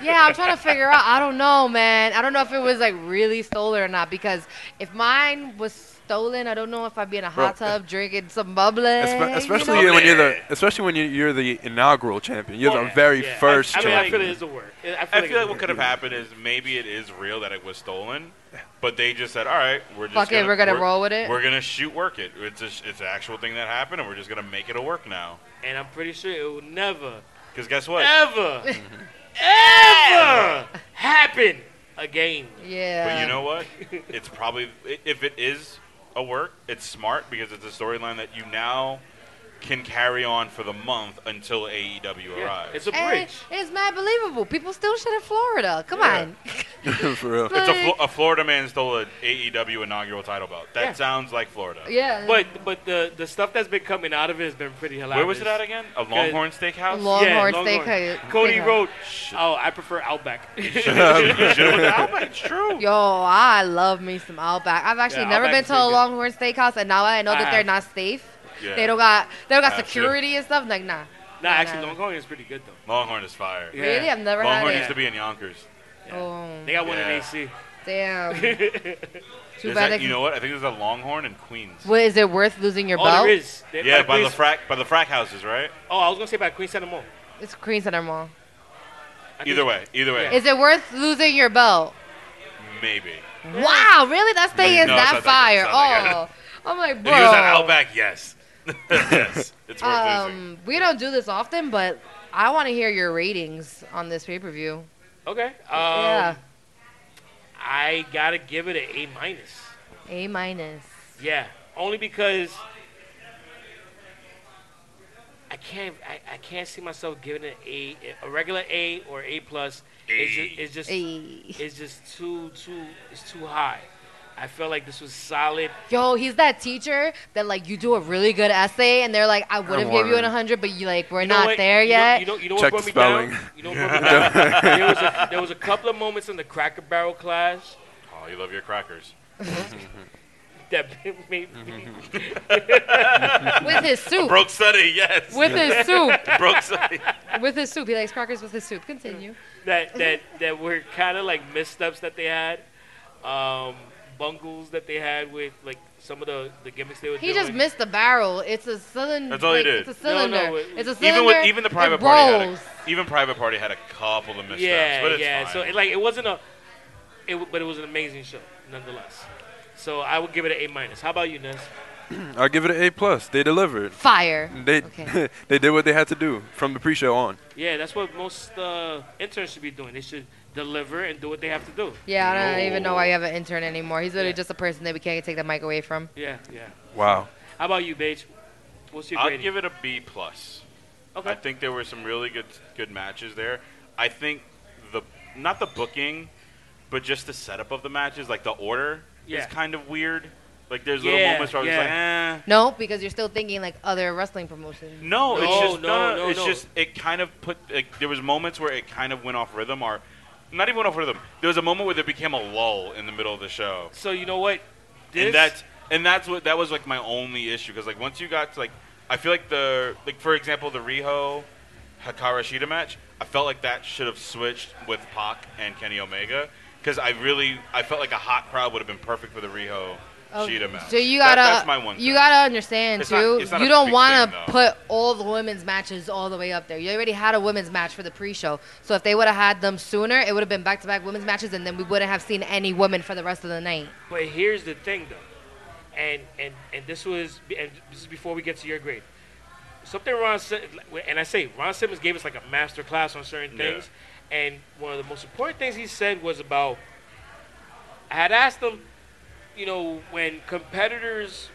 Speaker 5: yeah, I'm trying to figure out. I don't know, man. I don't know if it was like really stolen or not because if mine was stolen, I don't know if I'd be in a hot
Speaker 4: Bro,
Speaker 5: tub drinking some bubbly.
Speaker 4: Espe- especially
Speaker 5: you know?
Speaker 4: when you're the especially when you- you're the inaugural champion. You're
Speaker 3: Well,
Speaker 4: the very
Speaker 3: yeah.
Speaker 4: first
Speaker 3: I, I mean, I
Speaker 4: champion.
Speaker 3: feel it is a word. I feel,
Speaker 2: I feel like what
Speaker 3: it's a
Speaker 2: could have happened is maybe it is real that it was stolen, but they just said, "All right, we're just
Speaker 5: Fuck it,
Speaker 2: gonna,
Speaker 5: we're gonna roll with it."
Speaker 2: We're gonna shoot work it. It's a, it's an actual thing that happened, and we're just gonna make it a work now."
Speaker 3: word. And I'm pretty sure it will never,
Speaker 2: Because guess what?
Speaker 3: ever,
Speaker 2: Mm-hmm.
Speaker 3: ever happen again.
Speaker 5: yeah.
Speaker 2: But you know what? It's probably i- if it is a work, it's smart because it's a storyline that you now can carry on for the month until AEW
Speaker 3: Yeah,
Speaker 2: arrives.
Speaker 3: It's a
Speaker 5: And
Speaker 3: bridge.
Speaker 5: it's mad believable. People still shit in Florida. Come
Speaker 2: Yeah.
Speaker 5: on.
Speaker 4: for real.
Speaker 2: It's a,
Speaker 5: Like-
Speaker 2: Flo- a Florida man stole an AEW inaugural title belt. That
Speaker 3: Yeah.
Speaker 2: sounds like Florida.
Speaker 5: yeah.
Speaker 3: But but the the stuff that's been coming out of it has been pretty hilarious.
Speaker 2: Where was it at again? A Longhorn Steakhouse?
Speaker 5: Long- Longhorn
Speaker 3: Longhorn.
Speaker 5: Steakhouse.
Speaker 3: Cody
Speaker 5: Steakhouse.
Speaker 3: wrote, "Oh, I prefer Outback."
Speaker 2: You should've went to Outback, It's true.
Speaker 5: Yo, I love me some Outback. I've actually
Speaker 3: Yeah,
Speaker 5: never
Speaker 3: Outback's
Speaker 5: been to a
Speaker 3: pretty good.
Speaker 5: Longhorn Steakhouse, and now I know
Speaker 3: I
Speaker 5: that they're
Speaker 3: have.
Speaker 5: not safe.
Speaker 2: Ah. Yeah.
Speaker 5: They don't got they don't got
Speaker 2: I have too.
Speaker 5: security and stuff. Like nah.
Speaker 3: nah, actually,
Speaker 5: nah.
Speaker 3: Longhorn is pretty good though.
Speaker 2: Longhorn is fire.
Speaker 3: Yeah.
Speaker 5: Really, I've never
Speaker 2: Longhorn
Speaker 5: had
Speaker 2: used
Speaker 5: it.
Speaker 2: to be in Yonkers.
Speaker 5: Oh,
Speaker 3: They got one in
Speaker 2: Yeah.
Speaker 3: AC.
Speaker 5: damn. Too
Speaker 2: There's
Speaker 5: bad.
Speaker 2: that-
Speaker 5: they-
Speaker 2: you know what? I think there's a Longhorn in Queens.
Speaker 5: what is it worth losing your
Speaker 3: Oh,
Speaker 5: belt?
Speaker 3: there is. They-
Speaker 2: Yeah,
Speaker 3: like
Speaker 2: by the
Speaker 3: Queens-
Speaker 2: frack by the frack houses, right?
Speaker 3: Oh, I was gonna say by Queen Center Mall.
Speaker 5: It's Queen Center Mall.
Speaker 3: I
Speaker 2: Either
Speaker 3: think-
Speaker 2: way, either way,
Speaker 5: Is it worth losing your belt?
Speaker 2: maybe.
Speaker 5: Wow, really? That thing is
Speaker 2: No, it's
Speaker 5: that
Speaker 2: not that
Speaker 5: fire.
Speaker 2: good. It's not that
Speaker 5: oh, I'm like,
Speaker 2: If
Speaker 5: bro.
Speaker 2: he was at Outback, yes, yes, it's worth losing.
Speaker 5: um, we don't do this often, but I want to hear your ratings on this pay per view.
Speaker 3: Okay. Um,
Speaker 5: yeah,
Speaker 3: I gotta give it an A minus.
Speaker 5: A minus.
Speaker 3: Yeah, only because I can't I, I can't see myself giving it a a regular A or A plus. It's just, it's just,
Speaker 5: Ayy.
Speaker 3: it's just too, too, it's too high. I felt like this was solid.
Speaker 5: Yo, he's that teacher that like you do a really good essay and they're like, I would have
Speaker 4: I'm
Speaker 5: give you an
Speaker 4: wondering.
Speaker 5: 100, but you like we're
Speaker 3: You know
Speaker 5: not
Speaker 3: what-
Speaker 5: there
Speaker 3: you know-
Speaker 5: yet.
Speaker 3: You know, you know
Speaker 4: Check
Speaker 3: what brought
Speaker 4: the
Speaker 3: me down?
Speaker 4: spelling.
Speaker 3: You know what brought me down? there, was a, there was a couple of moments in the Cracker Barrel class
Speaker 2: Oh, you love your crackers.
Speaker 3: that made me.
Speaker 2: Mm-hmm.
Speaker 5: with his soup,
Speaker 2: Broke study, yes.
Speaker 5: with his soup,
Speaker 2: Broke study.
Speaker 5: with his soup. He likes crackers with his soup. Continue.
Speaker 3: that that that were kind of like missteps that they had, um, bungles that they had with like some of the the gimmicks they were
Speaker 5: He
Speaker 3: doing.
Speaker 5: just missed the barrel. It's a cylinder.
Speaker 2: That's all he
Speaker 5: like,
Speaker 2: did.
Speaker 5: It's a
Speaker 3: No, no,
Speaker 5: cylinder.
Speaker 3: wait,
Speaker 5: It's a cylinder.
Speaker 2: Even with even the
Speaker 5: It
Speaker 2: private party had
Speaker 5: rolls.
Speaker 2: a, even private party had a couple of missteps,
Speaker 3: yeah,
Speaker 2: but it's
Speaker 3: yeah.
Speaker 2: fine.
Speaker 3: So it, like it wasn't a, it w- but it was an amazing show nonetheless. So I would give it an A minus. How about you, Ness?
Speaker 4: I give it an A plus. They delivered.
Speaker 5: Fire.
Speaker 4: They
Speaker 5: Okay.
Speaker 4: they did what they had to do from the pre-show on.
Speaker 3: Yeah, that's what most uh, interns should be doing. They should deliver and do what they have to do.
Speaker 5: Yeah, I don't
Speaker 2: No.
Speaker 5: even know why you have an intern anymore. He's literally
Speaker 3: Yeah.
Speaker 5: just a person that we can't take the mic away from.
Speaker 3: Yeah, yeah.
Speaker 4: Wow.
Speaker 3: How about you, Beige? What's your
Speaker 2: I'll
Speaker 3: grade?
Speaker 2: give it a B plus. I
Speaker 3: okay.
Speaker 2: think there were some really good good matches there. I think the not the booking, but just the setup of the matches, like the order,
Speaker 3: Yeah.
Speaker 2: is kind of weird. Like there's little
Speaker 3: Yeah,
Speaker 2: moments where I was just like, eh.
Speaker 5: No, because you're still thinking like other wrestling promotions.
Speaker 2: No,
Speaker 3: No,
Speaker 2: it's just
Speaker 3: no,
Speaker 2: not-
Speaker 3: no,
Speaker 2: it's
Speaker 3: no.
Speaker 2: just it kind of put like, there was moments where it kind of went off rhythm or not even went off rhythm. There was a moment where there became a lull in the middle of the show.
Speaker 3: So you know what? This,
Speaker 2: and that's and that's what that was like my only issue because like once you got to like I feel like the like for example the Riho Hikaru Shida match I felt like that should have switched with Pac and Kenny Omega because I really I felt like a hot crowd would have been perfect for the Riho Shida match.
Speaker 5: So you
Speaker 2: That-
Speaker 5: gotta,
Speaker 2: that's my one. thing.
Speaker 5: you gotta understand
Speaker 2: It's not-
Speaker 5: too.
Speaker 2: it's not
Speaker 5: you
Speaker 2: a
Speaker 5: don't
Speaker 2: big
Speaker 5: want
Speaker 2: thing,
Speaker 5: to
Speaker 2: though.
Speaker 5: put all the women's matches all the way up there. You already had a women's match for the pre-show, so if they would have had them sooner, it would have been back-to-back women's matches, and then we wouldn't have seen any women for the rest of the night.
Speaker 3: But here's the thing, though, and and and this was and this is before we get to your grade. Something Ron said, and I say Ron Simmons gave us like a master class on certain
Speaker 2: Yeah.
Speaker 3: things, and one of the most important things he said was about. I had asked him, you know, when competitors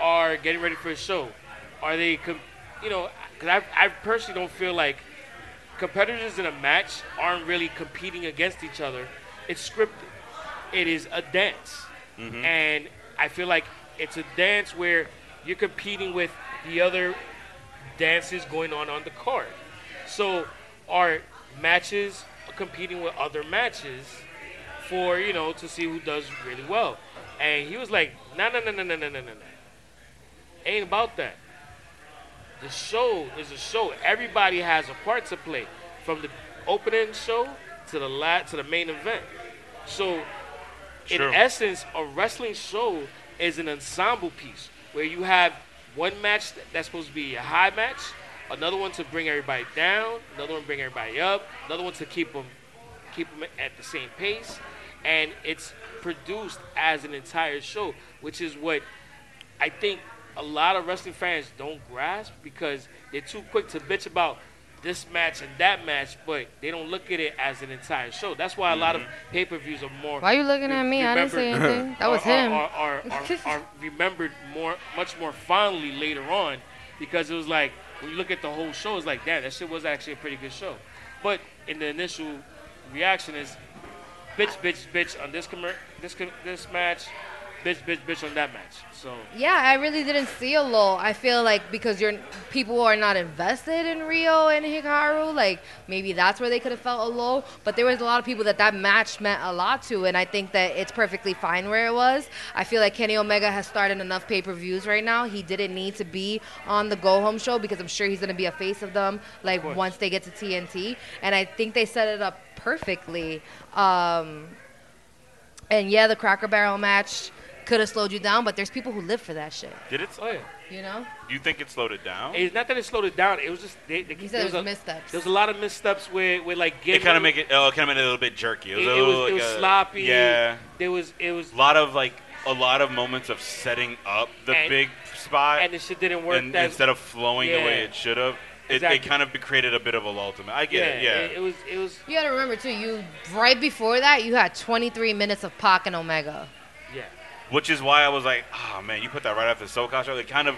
Speaker 3: are getting ready for a show, are they, com- you know, because I, I personally don't feel like competitors in a match aren't really competing against each other. It's scripted. It is a dance, and I feel like it's a dance where you're competing with the other dances going on on the card. So, are matches competing with other matches for you know to see who does really well? And he was like, No, no, no, no, no, no, no, no, no. Ain't about that the show is a show. Everybody has a part to play, from the opening show to the la- to the main event. So,
Speaker 2: True.
Speaker 3: in essence, a wrestling show is an ensemble piece where you have one match th- that's supposed to be a high match, another one to bring everybody down, another one bring everybody up, another one to keep them keep them at the same pace, and it's produced as an entire show, which is what I think a lot of wrestling fans don't grasp because they're too quick to bitch about this match and that match, but they don't look at it as an entire show. That's why a lot of pay per views are more.
Speaker 5: Why are you looking at me? I didn't say
Speaker 3: remembered-
Speaker 5: anything. That was
Speaker 3: are- are-
Speaker 5: him.
Speaker 3: Are, are, are, are remembered more, much more fondly later on because it was like when you look at the whole show, it's like, damn, that shit was actually a pretty good show. But in the initial reaction is, bitch, bitch, bitch on this commer- this com- this match, bitch, bitch, bitch on that match. So
Speaker 5: Yeah, I really didn't see a lull. I feel like because you're people are not invested in Rio and Hikaru, like maybe that's where they could have felt a lull. But there was a lot of people that that match meant a lot to, and I think that it's perfectly fine where it was. I feel like Kenny Omega has started enough pay per views right now. He didn't need to be on the go home show because I'm sure he's gonna be a face of them like
Speaker 3: course.
Speaker 5: once they get to TNT, and I think they set it up perfectly. Um, and yeah, the Cracker Barrel match could have slowed you down, but there's people who live for that shit.
Speaker 2: Did it?
Speaker 3: oh yeah.
Speaker 5: You know?
Speaker 2: Do you think it slowed it down?
Speaker 3: It's not that it slowed it down. It was just they, they,
Speaker 5: You
Speaker 3: there
Speaker 5: said it was
Speaker 3: a,
Speaker 5: missteps.
Speaker 3: There was a lot of missteps with with like
Speaker 2: it
Speaker 3: getting
Speaker 2: kind of make it. Oh, it kind of made it a little bit jerky. It
Speaker 3: it,
Speaker 2: was,
Speaker 3: it
Speaker 2: a
Speaker 3: was,
Speaker 2: little,
Speaker 3: it
Speaker 2: like
Speaker 3: was
Speaker 2: a-
Speaker 3: sloppy.
Speaker 2: Yeah,
Speaker 3: There was it was
Speaker 2: a lot of like a lot of moments of setting up the
Speaker 3: And-
Speaker 2: big spot.
Speaker 3: and the shit didn't work.
Speaker 2: and
Speaker 3: that,
Speaker 2: instead of flowing the way
Speaker 3: Yeah.
Speaker 2: it should have, it,
Speaker 3: Exactly.
Speaker 2: it kind of created a bit of a lull to me. I
Speaker 3: yeah,
Speaker 2: get it, yeah.
Speaker 3: It, it was it was
Speaker 5: You gotta remember too, you right before that you had twenty three minutes of Pac and Omega.
Speaker 3: yeah.
Speaker 2: "Ah, Which is why I was like, oh man, you put that right after the SoCal show. It kind of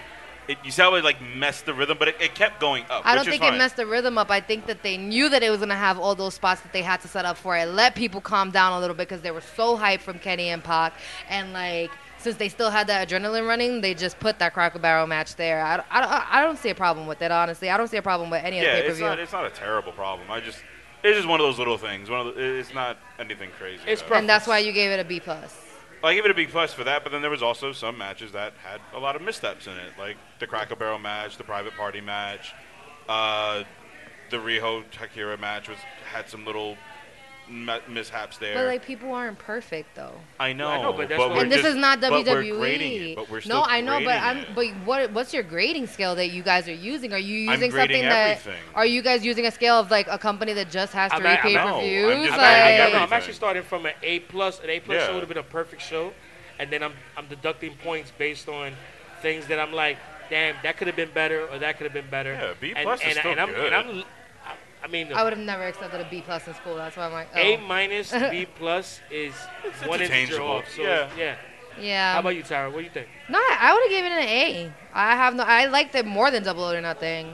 Speaker 2: It, you see how it like messed the rhythm, but it, it kept going up.
Speaker 5: I don't
Speaker 2: which is
Speaker 5: think
Speaker 2: fine.
Speaker 5: it messed the rhythm up. I think that they knew that it was gonna have all those spots that they had to set up for it. Let people calm down a little bit because they were so hyped from Kenny and Pac, and like since they still had that adrenaline running, they just put that Cracker Barrel match there. I, I, I- I don't see a problem with it honestly. I don't see a problem with any of
Speaker 2: Yeah,
Speaker 5: the pay per
Speaker 2: it's
Speaker 5: view.
Speaker 2: not it's not a terrible problem. I just it's just one of those little things. One of the, it's not anything crazy.
Speaker 3: It's
Speaker 2: though.
Speaker 3: pro-
Speaker 5: and that's why you gave it a B plus.
Speaker 2: I give it a big plus for that, but then there was also some matches that had a lot of missteps in it, like the Cracker Barrel match, the Private Party match, uh, the Riho Takira match was had some little ma- mishaps there.
Speaker 5: But like people aren't perfect though.
Speaker 2: I know,
Speaker 3: I know, but that's what-
Speaker 2: we're
Speaker 5: and this
Speaker 2: just-
Speaker 5: is not
Speaker 2: but
Speaker 5: WWE.
Speaker 2: we're grading it, but we're still
Speaker 5: no, I know, but
Speaker 2: grading
Speaker 5: I'm.
Speaker 2: it.
Speaker 5: But what? What's your grading scale that you guys are using? Are you
Speaker 2: I'm
Speaker 5: using
Speaker 2: grading
Speaker 5: something that?
Speaker 2: everything.
Speaker 5: Are you guys using a scale of like a company that just has
Speaker 3: I'm
Speaker 5: three
Speaker 3: at-
Speaker 5: pay
Speaker 3: I'm
Speaker 2: out.
Speaker 5: per
Speaker 2: I'm
Speaker 5: views?
Speaker 2: just
Speaker 3: I'm, actually-
Speaker 2: grading
Speaker 5: Like,
Speaker 3: no, I'm
Speaker 2: everything.
Speaker 3: actually starting from an A plus. An A plus
Speaker 2: Yeah.
Speaker 3: show would have been a perfect show, and then I'm I'm deducting points based on things that I'm like, damn, that could have been better, or that could have been better.
Speaker 2: Yeah, B
Speaker 3: and,
Speaker 2: plus is
Speaker 3: and,
Speaker 2: still
Speaker 3: and I'm,
Speaker 2: good.
Speaker 3: And I'm, I- I mean,
Speaker 5: I would have never accepted a B plus in school. That's why I'm like, oh.
Speaker 3: A minus B plus is one integer
Speaker 2: interchangeable.
Speaker 3: off. So
Speaker 2: Yeah.
Speaker 3: it's- yeah.
Speaker 5: yeah.
Speaker 3: How about you, Tyra? What do you think?
Speaker 5: no, I, would have given it an A. I have no. I liked it more than Double or Nothing,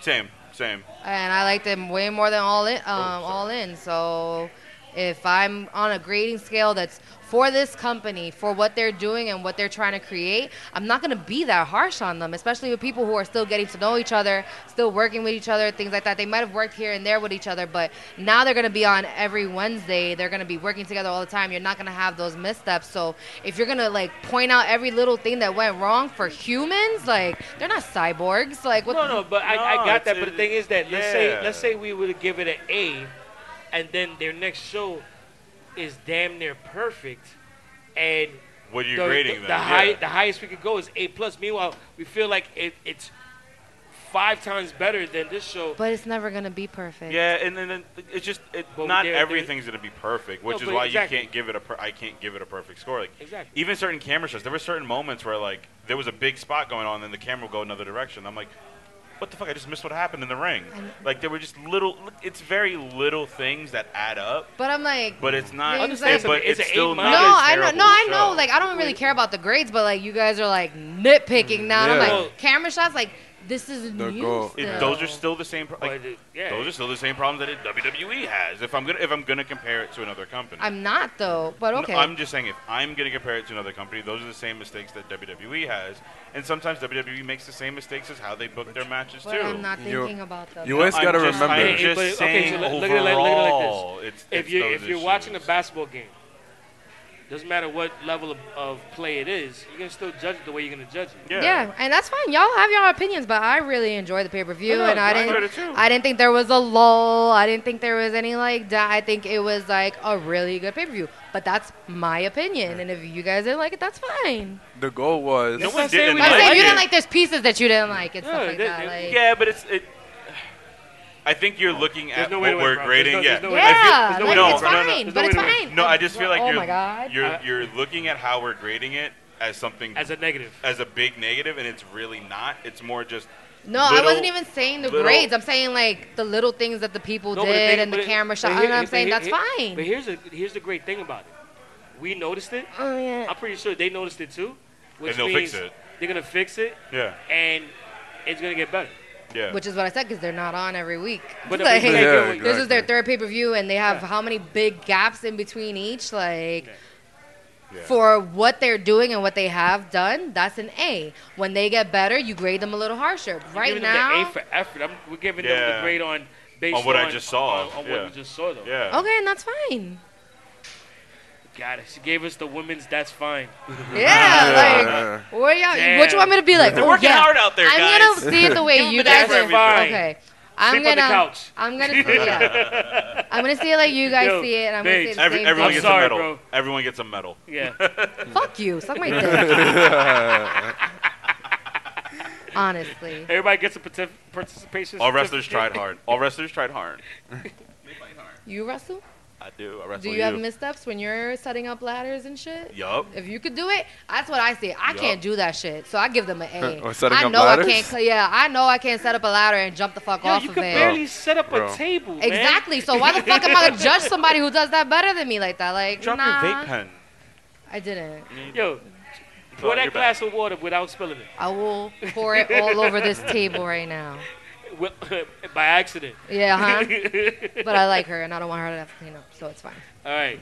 Speaker 2: Same, same.
Speaker 5: and I liked it way more than All In. Um,
Speaker 3: Oh,
Speaker 2: sorry.
Speaker 5: all In. So, if I'm on a grading scale that's for this company, for what they're doing and what they're trying to create, I'm not gonna be that harsh on them, especially with people who are still getting to know each other, still working with each other, things like that. They might have worked here and there with each other, but now they're gonna be on every Wednesday. They're gonna be working together all the time. You're not gonna have those missteps. So if you're gonna like point out every little thing that went wrong for humans, like they're not cyborgs. Like what?
Speaker 3: No, no, but I,
Speaker 2: No,
Speaker 3: I got that.
Speaker 2: it's-
Speaker 3: But the thing is that let's say
Speaker 2: yeah.
Speaker 3: let's say we would give it an A, and then their next show is damn near perfect, and
Speaker 2: What are you
Speaker 3: the,
Speaker 2: grading
Speaker 3: the,
Speaker 2: then?
Speaker 3: the high,
Speaker 2: Yeah.
Speaker 3: the highest we could go is A plus. Meanwhile, we feel like it, it's five times better than this show.
Speaker 5: But it's never gonna be perfect.
Speaker 2: Yeah, and then then it's just it,
Speaker 3: But
Speaker 2: not
Speaker 3: there- there-
Speaker 2: everything's gonna be perfect, which
Speaker 3: No,
Speaker 2: is
Speaker 3: but
Speaker 2: why
Speaker 3: exactly.
Speaker 2: you can't give it a per- I can't give it a perfect score. Like
Speaker 3: Exactly.
Speaker 2: even certain camera shots, there were certain moments where like there was a big spot going on, and the camera would go another direction. I'm like, what the fuck? I just missed what happened in the ring.
Speaker 5: I know.
Speaker 2: Like there were just little. It's very little things that add up,
Speaker 5: But I'm like,
Speaker 2: but it's not.
Speaker 5: Understand,
Speaker 2: but
Speaker 3: it's
Speaker 2: it's,
Speaker 3: an
Speaker 2: still
Speaker 3: eight
Speaker 2: not.
Speaker 3: minus.
Speaker 5: No,
Speaker 2: a
Speaker 5: I know.
Speaker 2: terrible
Speaker 5: No, I know.
Speaker 2: show.
Speaker 5: Like, I don't really care about the grades, but like, you guys are like nitpicking now. And I'm
Speaker 4: Yeah.
Speaker 5: like, camera shots, like, this is
Speaker 4: The
Speaker 5: new.
Speaker 4: goal.
Speaker 2: It-
Speaker 5: still.
Speaker 2: those are still the same. Pro- like,
Speaker 3: but, uh, yeah,
Speaker 2: those are still the same problems that it, WWE has. If I'm gonna if I'm gonna compare it to another company,
Speaker 5: I'm not though, but
Speaker 2: No,
Speaker 5: okay.
Speaker 2: I'm just saying if I'm going to compare it to another company, those are the same mistakes that WWE has, and sometimes WWE makes the same mistakes as how they book their matches
Speaker 5: but
Speaker 2: too.
Speaker 5: I'm not
Speaker 4: You-
Speaker 5: thinking about them.
Speaker 4: you always
Speaker 2: I'm
Speaker 4: gotta
Speaker 2: just-
Speaker 4: remember.
Speaker 2: I'm
Speaker 3: Hey,
Speaker 2: just
Speaker 3: but- okay,
Speaker 2: saying
Speaker 3: so look- look at it like- look at it like
Speaker 2: overall, it's,
Speaker 3: if
Speaker 2: it's
Speaker 3: you
Speaker 2: those
Speaker 3: if you're
Speaker 2: issues.
Speaker 3: watching a basketball game, doesn't matter what level of, of play it is, you're gonna still judge it the way you're gonna judge it.
Speaker 2: yeah.
Speaker 5: Yeah, and that's fine. Y'all have your opinions, but I really enjoyed the pay per view,
Speaker 3: I know,
Speaker 5: and I
Speaker 3: I
Speaker 5: didn't.
Speaker 2: enjoyed it too.
Speaker 5: I didn't think there was a lull. I didn't think there was any like that. I think it was like a really good pay per view. But that's my opinion, and if you guys didn't like it, that's fine.
Speaker 4: The goal was
Speaker 2: No
Speaker 3: It's
Speaker 2: one
Speaker 3: not saying
Speaker 2: didn't
Speaker 3: we
Speaker 5: But
Speaker 3: didn't
Speaker 5: I'm
Speaker 2: like
Speaker 5: saying if you
Speaker 2: it.
Speaker 5: didn't like. There's pieces that you didn't like and
Speaker 3: No,
Speaker 5: stuff like
Speaker 3: they-
Speaker 5: that.
Speaker 3: they-
Speaker 5: Like,
Speaker 2: Yeah, but it's it. I think you're looking at
Speaker 3: no
Speaker 2: what
Speaker 3: way to
Speaker 2: we're
Speaker 3: it, bro. There's
Speaker 2: grading.
Speaker 3: no-
Speaker 2: yeah,
Speaker 3: there's no way-
Speaker 5: Yeah,
Speaker 3: There's no
Speaker 5: like,
Speaker 3: way to
Speaker 5: it's
Speaker 2: win. No, no, no.
Speaker 5: fine,
Speaker 3: There's
Speaker 5: but
Speaker 3: no
Speaker 5: it's
Speaker 3: way to
Speaker 5: fine.
Speaker 2: no. I just feel like
Speaker 5: oh
Speaker 2: you're
Speaker 5: my god.
Speaker 2: you're
Speaker 3: I-
Speaker 2: you're looking at how we're grading it as something
Speaker 3: As a negative.
Speaker 2: as a big negative, and it's really not. It's more just
Speaker 5: No, I
Speaker 2: little-
Speaker 5: wasn't even saying the
Speaker 2: little-
Speaker 5: grades. I'm saying like the little things that the people
Speaker 3: No, but
Speaker 5: did
Speaker 3: the thing-
Speaker 5: and the
Speaker 3: but it-
Speaker 5: camera
Speaker 3: but
Speaker 5: shot.
Speaker 3: here-
Speaker 5: and I'm
Speaker 3: but
Speaker 5: saying
Speaker 3: here-
Speaker 5: that's
Speaker 3: here-
Speaker 5: fine.
Speaker 3: But here's the here's the great thing about it. We noticed it.
Speaker 5: oh yeah.
Speaker 3: I'm pretty sure they noticed it too. Which
Speaker 2: And they'll
Speaker 3: means
Speaker 2: fix it.
Speaker 3: They're gonna fix it,
Speaker 2: yeah,
Speaker 3: and it's gonna get better.
Speaker 2: yeah.
Speaker 5: Which is what I said because they're not on every week.
Speaker 3: But
Speaker 5: Like,
Speaker 3: we can't
Speaker 4: Yeah,
Speaker 3: do it.
Speaker 4: exactly.
Speaker 5: This is their third pay per view, and they have
Speaker 3: Yeah.
Speaker 5: how many big gaps in between each? Like,
Speaker 3: Yeah.
Speaker 2: Yeah.
Speaker 5: for what they're doing and what they have done, that's an A. When they get better, you grade them a little harsher.
Speaker 3: We're
Speaker 5: Right
Speaker 3: giving
Speaker 5: now,
Speaker 3: them the A for effort. I'm, we're giving them the
Speaker 2: Yeah.
Speaker 3: grade on based
Speaker 2: On what I just saw.
Speaker 3: On, on
Speaker 2: Yeah.
Speaker 3: what we just saw, though.
Speaker 2: yeah.
Speaker 5: okay, and that's fine.
Speaker 3: Got it. She gave us the women's. That's fine.
Speaker 5: Yeah, like.
Speaker 4: Yeah.
Speaker 5: What y'all?
Speaker 3: Damn.
Speaker 5: What you want me to be like?
Speaker 2: They're
Speaker 5: oh,
Speaker 2: working
Speaker 5: yeah.
Speaker 2: hard out there,
Speaker 5: I'm
Speaker 2: guys.
Speaker 5: gonna see it the way you
Speaker 3: them
Speaker 5: guys
Speaker 3: that
Speaker 5: are.
Speaker 3: fine.
Speaker 5: Okay. I'm
Speaker 3: Sleep
Speaker 5: gonna.
Speaker 3: on the couch.
Speaker 5: I'm gonna. See, yeah. I'm gonna see it like you guys
Speaker 3: Yo,
Speaker 5: see it, and I'm
Speaker 3: babes,
Speaker 5: gonna see it the
Speaker 2: Every,
Speaker 5: same
Speaker 2: everyone
Speaker 5: way.
Speaker 3: I'm
Speaker 2: gets
Speaker 3: sorry,
Speaker 2: a medal.
Speaker 3: bro.
Speaker 2: Everyone gets a medal.
Speaker 3: Yeah.
Speaker 5: Fuck you. Suck my dick. Honestly.
Speaker 3: Everybody gets a partic- participation.
Speaker 2: All wrestlers
Speaker 3: certificate.
Speaker 2: tried hard. All wrestlers tried hard.
Speaker 5: You wrestle?
Speaker 2: I do. I wrestle
Speaker 5: Do you have missteps when you're setting up ladders and shit?
Speaker 2: Yup.
Speaker 5: If you could do it, that's what I say. I
Speaker 2: Yup.
Speaker 5: can't do that shit, so I give them an A.
Speaker 4: Or setting
Speaker 5: I
Speaker 4: up
Speaker 5: know
Speaker 4: ladders?
Speaker 5: I can't. cl- Yeah, I know I can't set up a ladder and jump the fuck
Speaker 3: Yo,
Speaker 5: off
Speaker 3: you
Speaker 5: of
Speaker 3: could
Speaker 5: it.
Speaker 3: barely set up
Speaker 4: Bro.
Speaker 3: a table. man.
Speaker 5: Exactly. So why the fuck am I gonna judge somebody who does that better than me like that? Like,
Speaker 2: Drop
Speaker 5: nah.
Speaker 2: your vape pen.
Speaker 5: I didn't.
Speaker 3: Yo,
Speaker 2: Fill
Speaker 3: Pour that
Speaker 2: out your bag.
Speaker 3: glass of water without spilling it.
Speaker 5: I will pour it all over this table right now.
Speaker 3: Wi- By accident.
Speaker 5: Yeah, huh? But I like her, and I don't want her to have to clean up, so it's fine.
Speaker 3: All right.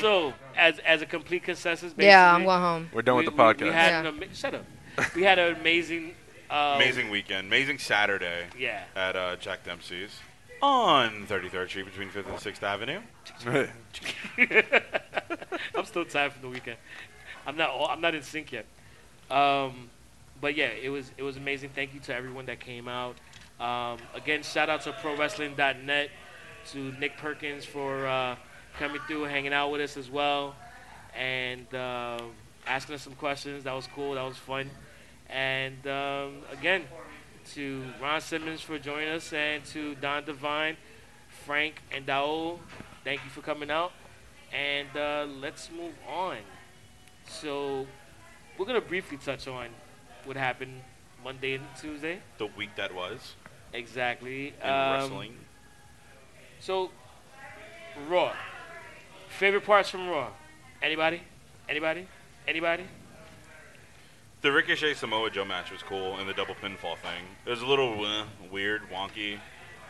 Speaker 3: So, as as a complete consensus, basically,
Speaker 5: Yeah, I'm going home.
Speaker 4: We're done
Speaker 3: we-
Speaker 4: with the
Speaker 3: we-
Speaker 4: podcast.
Speaker 3: We, had
Speaker 5: Yeah.
Speaker 3: an ama- shut up. We had an amazing. Uh,
Speaker 2: Amazing weekend. Amazing Saturday
Speaker 3: Yeah.
Speaker 2: at uh, Jack Dempsey's on 33rd Street between 5th and 6th Avenue.
Speaker 3: I'm still tired from the weekend. I'm not. all- I'm not in sync yet. Um, but yeah, it was it was amazing. Thank you to everyone that came out. Um, again, shout out to ProWrestling.net to Nick Perkins for uh, coming through, hanging out with us as well, and uh, asking us some questions. That was cool. That was fun. And um, again, to Ron Simmons for joining us, and to Don Devine, Frank, and Daul. Thank you for coming out. And uh, let's move on. So, we're going to briefly touch on what happened Monday and Tuesday.
Speaker 2: The week that was
Speaker 3: Exactly.
Speaker 2: in
Speaker 3: Um,
Speaker 2: wrestling.
Speaker 3: So, Raw. Favorite parts from Raw? Anybody? Anybody? Anybody?
Speaker 2: The Ricochet Samoa Joe match was cool, and the double pinfall thing. It was a little uh, weird, wonky.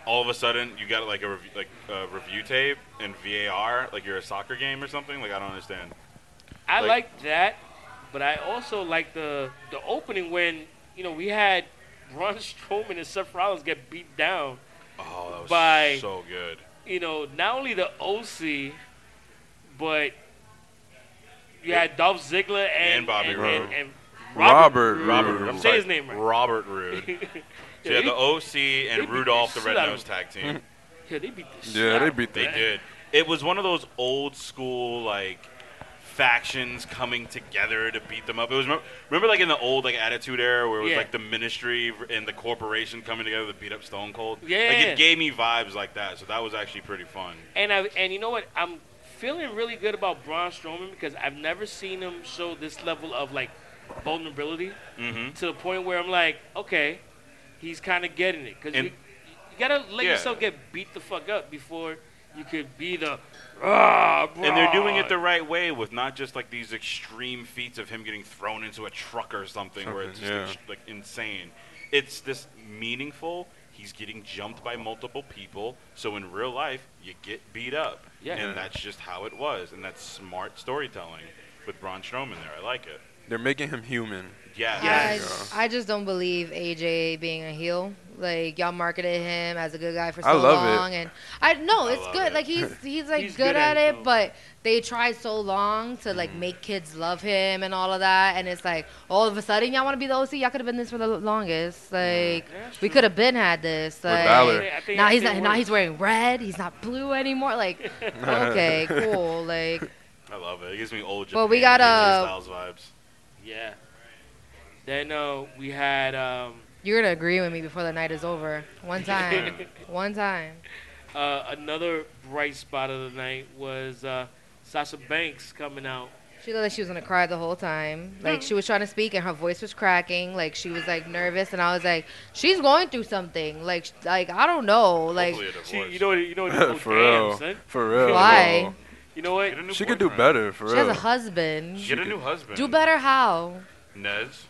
Speaker 2: All of a sudden, you got like a rev- like a review tape and VAR, like you're a soccer game or something. Like I don't understand.
Speaker 3: I
Speaker 2: Like-
Speaker 3: like that, but I also like the the opening when you know we had Braun Strowman and Seth Rollins get beat down.
Speaker 2: Oh, that was
Speaker 3: By-
Speaker 2: so good.
Speaker 3: You know, not only the OC, but you had Dolph Ziggler and
Speaker 2: And Bobby
Speaker 3: and,
Speaker 2: Roode.
Speaker 3: and, and
Speaker 4: Robert
Speaker 3: Roode.
Speaker 2: Robert, Roode. I'm
Speaker 3: Say
Speaker 2: sorry,
Speaker 3: his name right.
Speaker 2: Robert Roode. So yeah, the OC
Speaker 3: they beat
Speaker 2: and Rudolph the
Speaker 3: the shit
Speaker 2: Red
Speaker 3: out of
Speaker 2: Nose
Speaker 3: him.
Speaker 2: tag team.
Speaker 3: Yeah, they beat the shit
Speaker 4: Yeah,
Speaker 3: out
Speaker 4: they
Speaker 3: of
Speaker 4: beat
Speaker 2: They
Speaker 3: him.
Speaker 2: did. It was one of those old school like factions coming together to beat them up. It was remember, remember like in the old like Attitude Era where it was
Speaker 3: Yeah.
Speaker 2: like the Ministry and the corporation coming together to beat up Stone Cold. like
Speaker 3: Yeah.
Speaker 2: it gave me vibes like that. So that was actually pretty fun.
Speaker 3: And I and you know what? I'm feeling really good about Braun Strowman because I've never seen him show this level of like vulnerability
Speaker 2: Mm-hmm.
Speaker 3: to the point where I'm like, okay, he's kind of getting it because you,
Speaker 2: And-
Speaker 3: you gotta let
Speaker 2: Yeah.
Speaker 3: yourself get beat the fuck up before you could be the. "Ah,
Speaker 2: And they're doing it the
Speaker 3: Braun."
Speaker 2: right way with not just like these extreme feats of him getting thrown into a truck or something, where it's just
Speaker 4: Something, yeah.
Speaker 2: ex- like insane. It's this meaningful. He's getting jumped by multiple people, so in real life you get beat up,
Speaker 3: Yeah.
Speaker 4: Yeah.
Speaker 2: and that's just how it was, and that's smart storytelling with Braun Strowman there. I like it.
Speaker 4: They're making him human.
Speaker 2: Yeah.
Speaker 5: I,
Speaker 4: Yes.
Speaker 5: I just don't believe AJ being a heel. Like y'all marketed him as a good guy for so
Speaker 4: I love it.
Speaker 5: long, and I no,
Speaker 2: I
Speaker 5: it's
Speaker 2: love
Speaker 5: good.
Speaker 2: it.
Speaker 5: Like he's he's like
Speaker 3: He's
Speaker 5: good, at, it,
Speaker 3: though.
Speaker 5: but they tried so long to
Speaker 3: Mm-hmm.
Speaker 5: like make kids love him and all of that, and it's like all of a sudden y'all want to be the OC. Y'all could have been this for the l- longest. Like
Speaker 3: Mm-hmm. Yeah, that's
Speaker 5: we
Speaker 3: true.
Speaker 5: could have been had this.
Speaker 4: With
Speaker 5: Like,
Speaker 4: Balor.
Speaker 3: I think-
Speaker 5: Now
Speaker 3: I
Speaker 5: he's
Speaker 3: think
Speaker 5: not,
Speaker 3: it
Speaker 5: now
Speaker 3: works.
Speaker 5: he's wearing red. He's not blue anymore. Like okay, cool. Like
Speaker 2: I love it. It gives me old Japan
Speaker 5: Well, we got,
Speaker 2: AJ
Speaker 5: uh,
Speaker 2: Styles vibes.
Speaker 3: Yeah. Then uh, we had um,
Speaker 5: you're gonna agree with me before the night is over. One time, one time.
Speaker 3: uh, another bright spot of the night was uh, Sasha Banks coming out.
Speaker 5: She looked like she was gonna cry the whole time. Like she was trying to speak and her voice was cracking. Like she was like nervous, and I was like, she's going through something. Like sh- like I don't know. Like
Speaker 2: Hopefully a
Speaker 3: She,
Speaker 2: divorce.
Speaker 3: you know, what- you know, what- oh,
Speaker 4: for
Speaker 3: damn,
Speaker 4: real.
Speaker 3: son.
Speaker 4: For real.
Speaker 5: Why?
Speaker 3: You know what?
Speaker 2: Get a
Speaker 4: though.
Speaker 2: new
Speaker 4: She could do
Speaker 2: boyfriend.
Speaker 4: better. For
Speaker 5: she
Speaker 4: real.
Speaker 5: has a husband.
Speaker 2: Get a new husband.
Speaker 5: Do better how?
Speaker 2: Nez.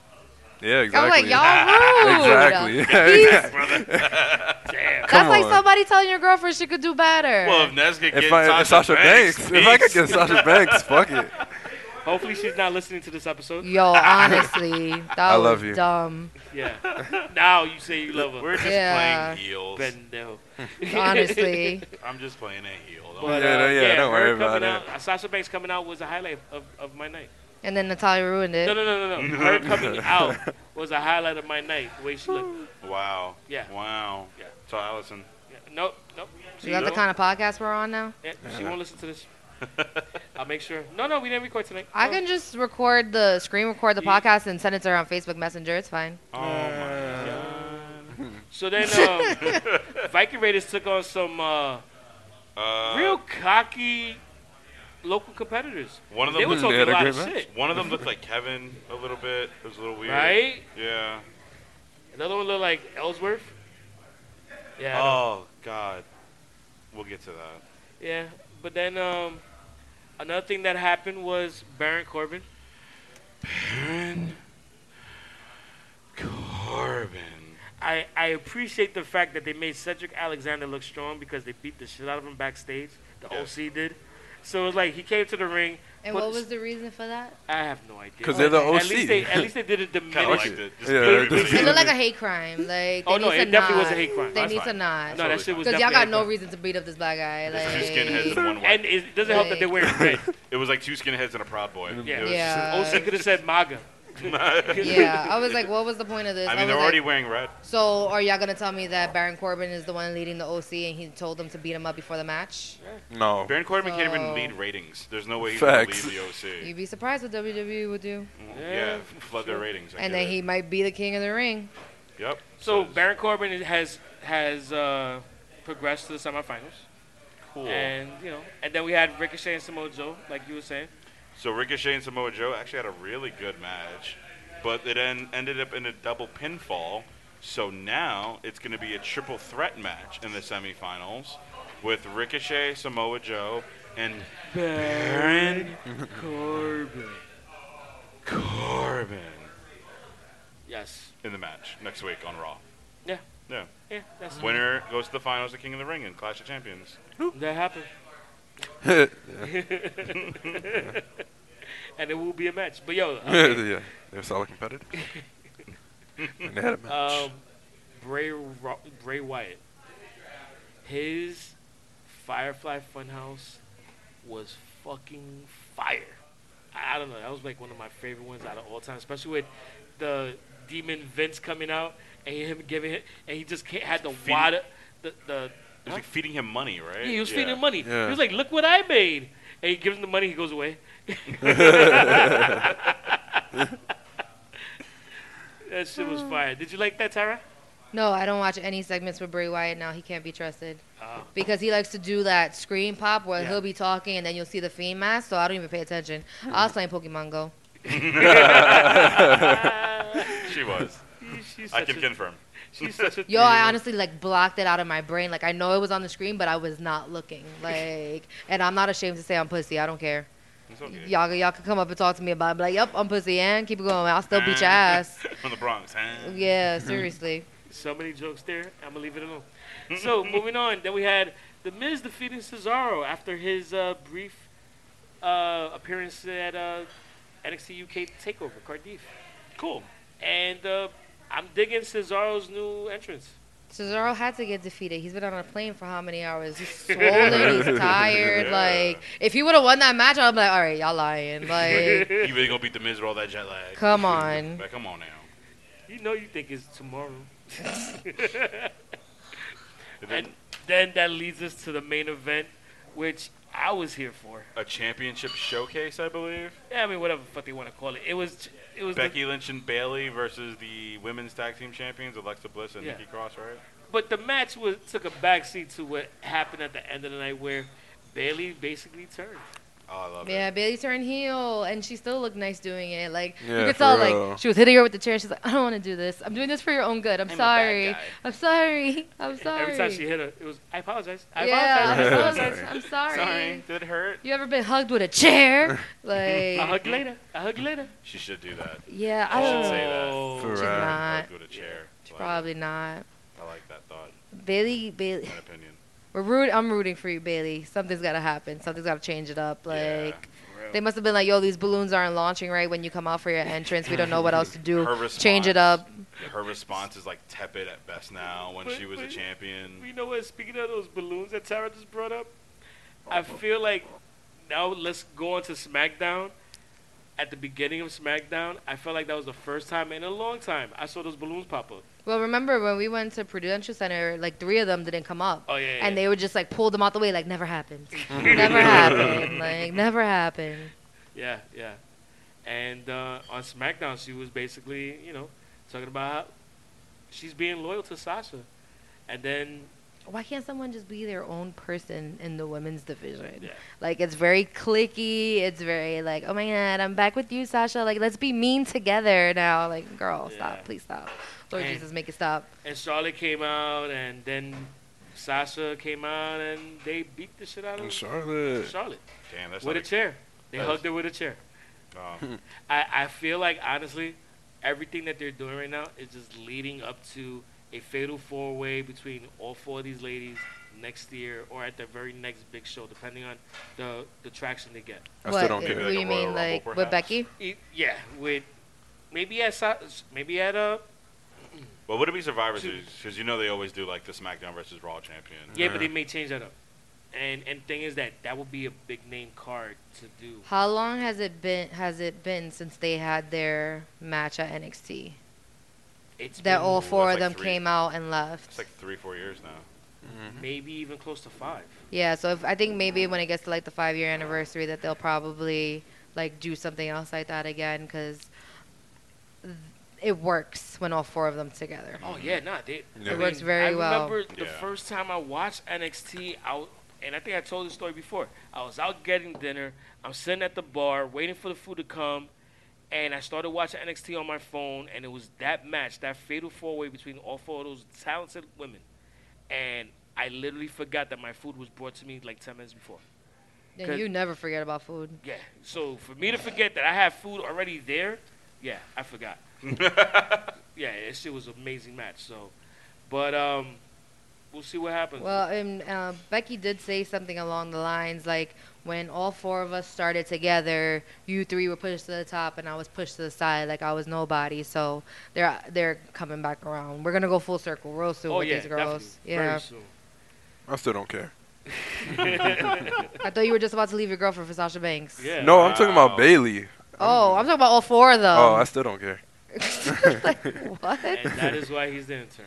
Speaker 5: Oh,
Speaker 4: yeah, exactly.
Speaker 5: I'm like y'all rude.
Speaker 4: Exactly.
Speaker 5: He's-
Speaker 3: Damn.
Speaker 5: That's like
Speaker 4: on.
Speaker 5: somebody telling your girlfriend she could do better.
Speaker 2: Well, if Nez could
Speaker 4: If
Speaker 2: get
Speaker 4: I if Sasha Banks, if I could
Speaker 2: peace.
Speaker 4: get Sasha Banks, fuck it.
Speaker 3: Hopefully she's not listening to this episode.
Speaker 5: Yo, honestly, that
Speaker 4: I love
Speaker 5: was
Speaker 4: you.
Speaker 5: dumb.
Speaker 3: Yeah. now you say you love her.
Speaker 2: We're just
Speaker 5: Yeah.
Speaker 2: playing heels.
Speaker 3: Ben, no.
Speaker 5: Honestly,
Speaker 2: I'm just playing a heel. Don't
Speaker 3: But,
Speaker 4: Yeah,
Speaker 3: uh,
Speaker 4: no, yeah, don't
Speaker 3: her
Speaker 4: worry about
Speaker 3: coming
Speaker 4: it.
Speaker 3: Out, Sasha Banks coming out was a highlight of, of my night.
Speaker 5: and then Natalia ruined
Speaker 3: No,
Speaker 5: it.
Speaker 3: no, no, no, no. Her coming out was a highlight of my night. The way she looked.
Speaker 2: Wow.
Speaker 3: Yeah.
Speaker 2: Wow.
Speaker 3: Yeah.
Speaker 2: So Allison,
Speaker 3: Yeah. Nope, nope.
Speaker 5: Is that the kind of podcast we're on now?
Speaker 3: Yeah, she won't listen to this. I'll make sure. No, no, we didn't record tonight.
Speaker 5: I
Speaker 3: No.
Speaker 5: can just record the screen record the
Speaker 3: You-
Speaker 5: podcast and send it to her on Facebook Messenger. It's fine.
Speaker 2: oh my god.
Speaker 3: So then, um, Viking Raiders took on some uh,
Speaker 2: Uh,
Speaker 3: real cocky local competitors.
Speaker 2: One of
Speaker 3: They
Speaker 2: them.
Speaker 3: were
Speaker 2: Looked,
Speaker 4: so-
Speaker 3: talking
Speaker 4: had
Speaker 3: a
Speaker 4: a
Speaker 3: lot
Speaker 4: great
Speaker 3: of
Speaker 4: match.
Speaker 3: shit,
Speaker 2: one of them looked like Kevin a little bit. It was a little weird.
Speaker 3: right?
Speaker 2: Yeah.
Speaker 3: Another one looked like Ellsworth. Yeah. I know.
Speaker 2: Oh god. We'll get to that.
Speaker 3: Yeah, but then um, another thing that happened was Baron Corbin
Speaker 2: Baron Corbin.
Speaker 3: I, I appreciate the fact that they made Cedric Alexander look strong because they beat the shit out of him backstage. The
Speaker 2: Yeah.
Speaker 3: OC did. So it was like he came to the ring.
Speaker 5: And
Speaker 3: put-
Speaker 5: what was the reason for that?
Speaker 3: I have no idea.
Speaker 4: 'Cause they're the
Speaker 3: At
Speaker 4: OC.
Speaker 3: least they, at least they did it
Speaker 2: Kind of
Speaker 3: diminish.
Speaker 2: liked it. Just
Speaker 4: Yeah,
Speaker 2: very
Speaker 4: it
Speaker 2: minimal.
Speaker 4: does.
Speaker 5: It looked like a hate crime. Like
Speaker 3: Oh,
Speaker 5: they
Speaker 3: no,
Speaker 5: need
Speaker 3: it
Speaker 5: to
Speaker 3: definitely was a
Speaker 5: not-
Speaker 3: hate crime.
Speaker 5: They
Speaker 2: That's
Speaker 5: need to
Speaker 2: fine.
Speaker 5: not.
Speaker 3: no, that shit was
Speaker 5: Because y'all
Speaker 3: definitely
Speaker 5: got no
Speaker 3: a-
Speaker 5: reason to beat up this black guy.
Speaker 2: There's two skinheads
Speaker 5: Like,
Speaker 2: and one white.
Speaker 3: And it doesn't help that they're wearing red.
Speaker 2: it was like two skinheads and a proud boy.
Speaker 3: Yeah.
Speaker 2: It was
Speaker 5: Yeah.
Speaker 3: OC could have said MAGA.
Speaker 5: yeah, I was like, what was the point of this?
Speaker 2: I
Speaker 5: was
Speaker 2: mean, they're
Speaker 5: like,
Speaker 2: already wearing red.
Speaker 5: So, are y'all gonna tell me that Baron Corbin is the one leading the OC and he told them to beat him up before the match?
Speaker 4: No.
Speaker 2: Baron Corbin can't even
Speaker 5: So-
Speaker 2: lead ratings. There's no way he's going to lead
Speaker 4: Facts.
Speaker 2: the OC.
Speaker 5: You'd be surprised what WWE would do.
Speaker 2: Yeah, flood their ratings. I
Speaker 5: And
Speaker 2: get
Speaker 5: then he
Speaker 2: it.
Speaker 5: might be the king of the ring.
Speaker 2: Yep.
Speaker 3: So
Speaker 2: it's
Speaker 3: Baron Corbin is- has has uh, progressed to the semifinals,
Speaker 2: cool.
Speaker 3: and you know, and then we had Ricochet and Samoa Joe, like you were saying.
Speaker 2: So Ricochet and Samoa Joe actually had a really good match, but it en- ended up in a double pinfall. So now it's going to be a triple threat match in the semifinals with Ricochet, Samoa Joe, and Baron
Speaker 3: Corbin.
Speaker 2: Corbin
Speaker 3: Yes.
Speaker 2: in the match next week on Raw.
Speaker 3: Yeah.
Speaker 2: Yeah.
Speaker 3: Yeah. That's
Speaker 2: Winner goes to the finals of King of the Ring and Clash of Champions.
Speaker 3: that happened,
Speaker 4: yeah.
Speaker 3: and it will be a match. But yo, okay,
Speaker 4: They're solid competitors. and they had a match.
Speaker 3: um, Bray Ro- Bray Wyatt, his Firefly Funhouse was fucking fire. I I don't know. That was like one of my favorite ones out of all time, especially with the demon Vince coming out and him giving it, and he just can't, had the
Speaker 2: Feeding-
Speaker 3: water, the the.
Speaker 2: It was like feeding him money, right?
Speaker 3: Yeah, he was feeding him money.
Speaker 4: Yeah.
Speaker 3: He was like, "Look what I made," and he gives him the money. He goes away. that shit was fire. Did you like that, Tyra?
Speaker 5: No, I don't watch any segments with Bray Wyatt now. He can't be trusted
Speaker 3: Oh.
Speaker 5: because he likes to do that screen pop where
Speaker 3: Yeah.
Speaker 5: he'll be talking and then you'll see the fiend mask. So I don't even pay attention.
Speaker 3: Mm.
Speaker 5: I was playing Pokemon Go.
Speaker 2: She was.
Speaker 3: She's
Speaker 2: I
Speaker 3: such,
Speaker 2: can
Speaker 3: a,
Speaker 2: confirm.
Speaker 3: she's such a.
Speaker 5: Yo, I
Speaker 3: three-year-old.
Speaker 5: honestly like blocked it out of my brain. Like I know it was on the screen, but I was not looking. Like, and I'm not ashamed to say I'm pussy. I don't care.
Speaker 2: It's okay.
Speaker 5: Y'all, y'all can come up and talk to me about. It. be like, yep, I'm pussy, and keep it going. I'll still beat your ass.
Speaker 2: From the Bronx, huh?
Speaker 5: Yeah, seriously.
Speaker 3: So many jokes there. I'm gonna leave it alone. So moving on, then we had The Miz defeating Cesaro after his uh, brief uh, appearance at uh, NXT UK Takeover Cardiff,
Speaker 2: Cool.
Speaker 3: and uh, I'm digging Cesaro's new entrance.
Speaker 5: Cesaro had to get defeated. He's been on a plane for how many hours? He's swollen. he's tired.
Speaker 2: Yeah.
Speaker 5: Like, if he would have won that match, I'd be like, all right, y'all lying. Like,
Speaker 2: You really gonna beat the Miz with all that jet lag?
Speaker 5: Come on.
Speaker 2: Back, come on now.
Speaker 3: You know, you think it's tomorrow.
Speaker 2: And then
Speaker 3: And then that leads us to the main event, which I was here for.
Speaker 2: a championship showcase, I believe.
Speaker 3: Yeah, I mean, whatever the fuck they want to call it. It was, it was. the-
Speaker 2: Becky Lynch and Bailey versus the women's tag team champions, Alexa Bliss and
Speaker 3: Yeah.
Speaker 2: Nikki Cross, right?
Speaker 3: but the match was took a backseat to what happened at the end of the night, where Bailey basically turned.
Speaker 2: Oh, I love
Speaker 5: yeah, Bailey turned heel, and she still looked nice doing it. Like,
Speaker 4: Yeah,
Speaker 5: you could
Speaker 4: for
Speaker 5: tell,
Speaker 4: real.
Speaker 5: like, she was hitting her with the chair. She's like, I don't want to do this. I'm doing this for your own good. I'm
Speaker 3: I'm a bad
Speaker 5: sorry.
Speaker 3: guy."
Speaker 5: I'm sorry. I'm sorry.
Speaker 3: Every time she hit her, it was. I apologize. I
Speaker 5: yeah,
Speaker 3: apologize. I
Speaker 5: I'm
Speaker 3: apologize.
Speaker 5: sorry. I'm sorry.
Speaker 2: it. Sorry, did it hurt?
Speaker 5: You ever been hugged with a chair?
Speaker 3: I'll
Speaker 5: Like,
Speaker 3: hug you later. I'll hug you later.
Speaker 2: She should do that.
Speaker 5: yeah, I
Speaker 2: I should
Speaker 5: don't
Speaker 2: say
Speaker 5: know.
Speaker 2: that.
Speaker 3: Oh.
Speaker 4: For uh,
Speaker 5: She's
Speaker 4: Right.
Speaker 5: not.
Speaker 2: I'd go to chair. Like,
Speaker 5: Probably not.
Speaker 2: I like that thought.
Speaker 5: Bailey, Bailey.
Speaker 2: My opinion.
Speaker 5: We're root. I'm rooting for you, Bailey. Something's gotta happen. Something's gotta change it up. Like
Speaker 2: Yeah,
Speaker 5: they must have been like, yo, these balloons aren't launching right when you come out for your entrance. We don't know what else to do.
Speaker 2: Her response.
Speaker 5: Change it up.
Speaker 2: Her response is like tepid at best now. When
Speaker 3: But-
Speaker 2: she was a
Speaker 3: but-
Speaker 2: champion,
Speaker 3: You know what? Speaking of those balloons that Tara just brought up, I feel like now let's go on to SmackDown. At the beginning of SmackDown, I felt like that was the first time in a long time I saw those balloons pop up.
Speaker 5: Well, remember when we went to Prudential Center? Like three of them didn't come up,
Speaker 3: Oh yeah,
Speaker 5: and they were just like pulled them out the way. Like never happened. never happened. Like never happened.
Speaker 3: yeah, yeah. And uh, on SmackDown, she was basically, you know, talking about how she's being loyal to Sasha, and then
Speaker 5: Why can't someone just be their own person in the women's division?
Speaker 3: Yeah.
Speaker 5: Like it's very clicky. It's very like, oh my god, I'm back with you, Sasha. Like let's be mean together now. Like girl,
Speaker 3: Yeah.
Speaker 5: stop, please stop. Lord
Speaker 3: Hey.
Speaker 5: Jesus, make it stop.
Speaker 3: and Charlotte came out, and then Sasha came out, and they beat the shit out
Speaker 4: And
Speaker 3: of
Speaker 4: Charlotte.
Speaker 3: Charlotte
Speaker 2: damn, that's
Speaker 3: with
Speaker 2: not
Speaker 3: a chair. They
Speaker 2: Yes.
Speaker 3: hugged her with a chair.
Speaker 2: Um,
Speaker 3: I, I feel like honestly, everything that they're doing right now is just leading up to a fatal four way between all four of these ladies next year or at the very next big show, depending on the the traction they get.
Speaker 4: I
Speaker 5: what,
Speaker 4: still don't
Speaker 2: Maybe
Speaker 4: get it.
Speaker 5: who
Speaker 2: like a
Speaker 5: you
Speaker 2: Royal
Speaker 5: mean,
Speaker 2: Rumble,
Speaker 5: like with
Speaker 2: perhaps.
Speaker 5: Becky?
Speaker 3: E- Yeah, with maybe at Si- maybe at uh
Speaker 2: but would it be Survivor
Speaker 3: Two.
Speaker 2: Series? Because you know they always do like the SmackDown versus Raw champion.
Speaker 3: yeah, but they may change that up. And and thing is that that would be a big name card to do.
Speaker 5: How long has it been? Has it been since they had their match at NXT?
Speaker 3: It's
Speaker 5: That
Speaker 3: been
Speaker 5: all
Speaker 2: that's
Speaker 5: four
Speaker 2: like
Speaker 5: of them
Speaker 2: three.
Speaker 5: came out and left.
Speaker 2: It's like three, four years now.
Speaker 3: maybe even close to five.
Speaker 5: Yeah, so if, I think maybe when it gets to like the five year anniversary, that they'll probably like do something else like that again because it works when all four of them together.
Speaker 3: Oh yeah, nah, they,
Speaker 4: Yeah.
Speaker 5: It
Speaker 3: I
Speaker 5: works
Speaker 3: mean,
Speaker 5: very
Speaker 3: I
Speaker 5: well.
Speaker 3: remember the
Speaker 2: Yeah.
Speaker 3: first time I watched NXT out, and I think I told this story before. I was out getting dinner. I'm sitting at the bar waiting for the food to come, and I started watching NXT on my phone, and it was that match, that fatal four way between all four of those talented women, and I literally forgot that my food was brought to me like ten minutes before.
Speaker 5: And you never forget about food.
Speaker 3: Yeah. So for me to forget that I had food already there, yeah, I forgot. yeah, it shit was an amazing match. So, but um, we'll see what happens.
Speaker 5: Well, and uh, Becky did say something along the lines like, when all four of us started together, you three were pushed to the top, and I was pushed to the side like I was nobody. So they're they're coming back around. We're gonna go full circle real soon
Speaker 3: oh
Speaker 5: with
Speaker 3: yeah,
Speaker 5: these girls.
Speaker 3: definitely.
Speaker 5: Yeah,
Speaker 3: Very soon.
Speaker 4: I still don't care.
Speaker 5: I thought you were just about to leave your girlfriend for Sasha Banks.
Speaker 3: Yeah.
Speaker 4: No, I'm talking
Speaker 2: Wow.
Speaker 4: about Bailey.
Speaker 5: Oh, I'm talking about all four of them.
Speaker 4: Oh, I still don't care.
Speaker 5: what?
Speaker 3: And that is why he's the intern.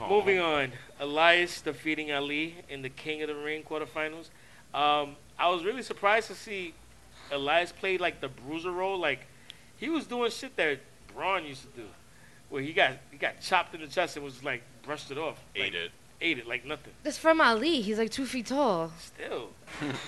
Speaker 2: Aw.
Speaker 3: Moving on, Elias defeating Ali in the King of the Ring quarterfinals. Um, I was really surprised to see Elias play like the bruiser role. Like he was doing shit that Braun used to do, where he got he got chopped in the chest and was like brushed it off, like,
Speaker 2: Ate it.
Speaker 3: ate it like nothing.
Speaker 5: That's from Ali. He's like two feet tall.
Speaker 3: Still,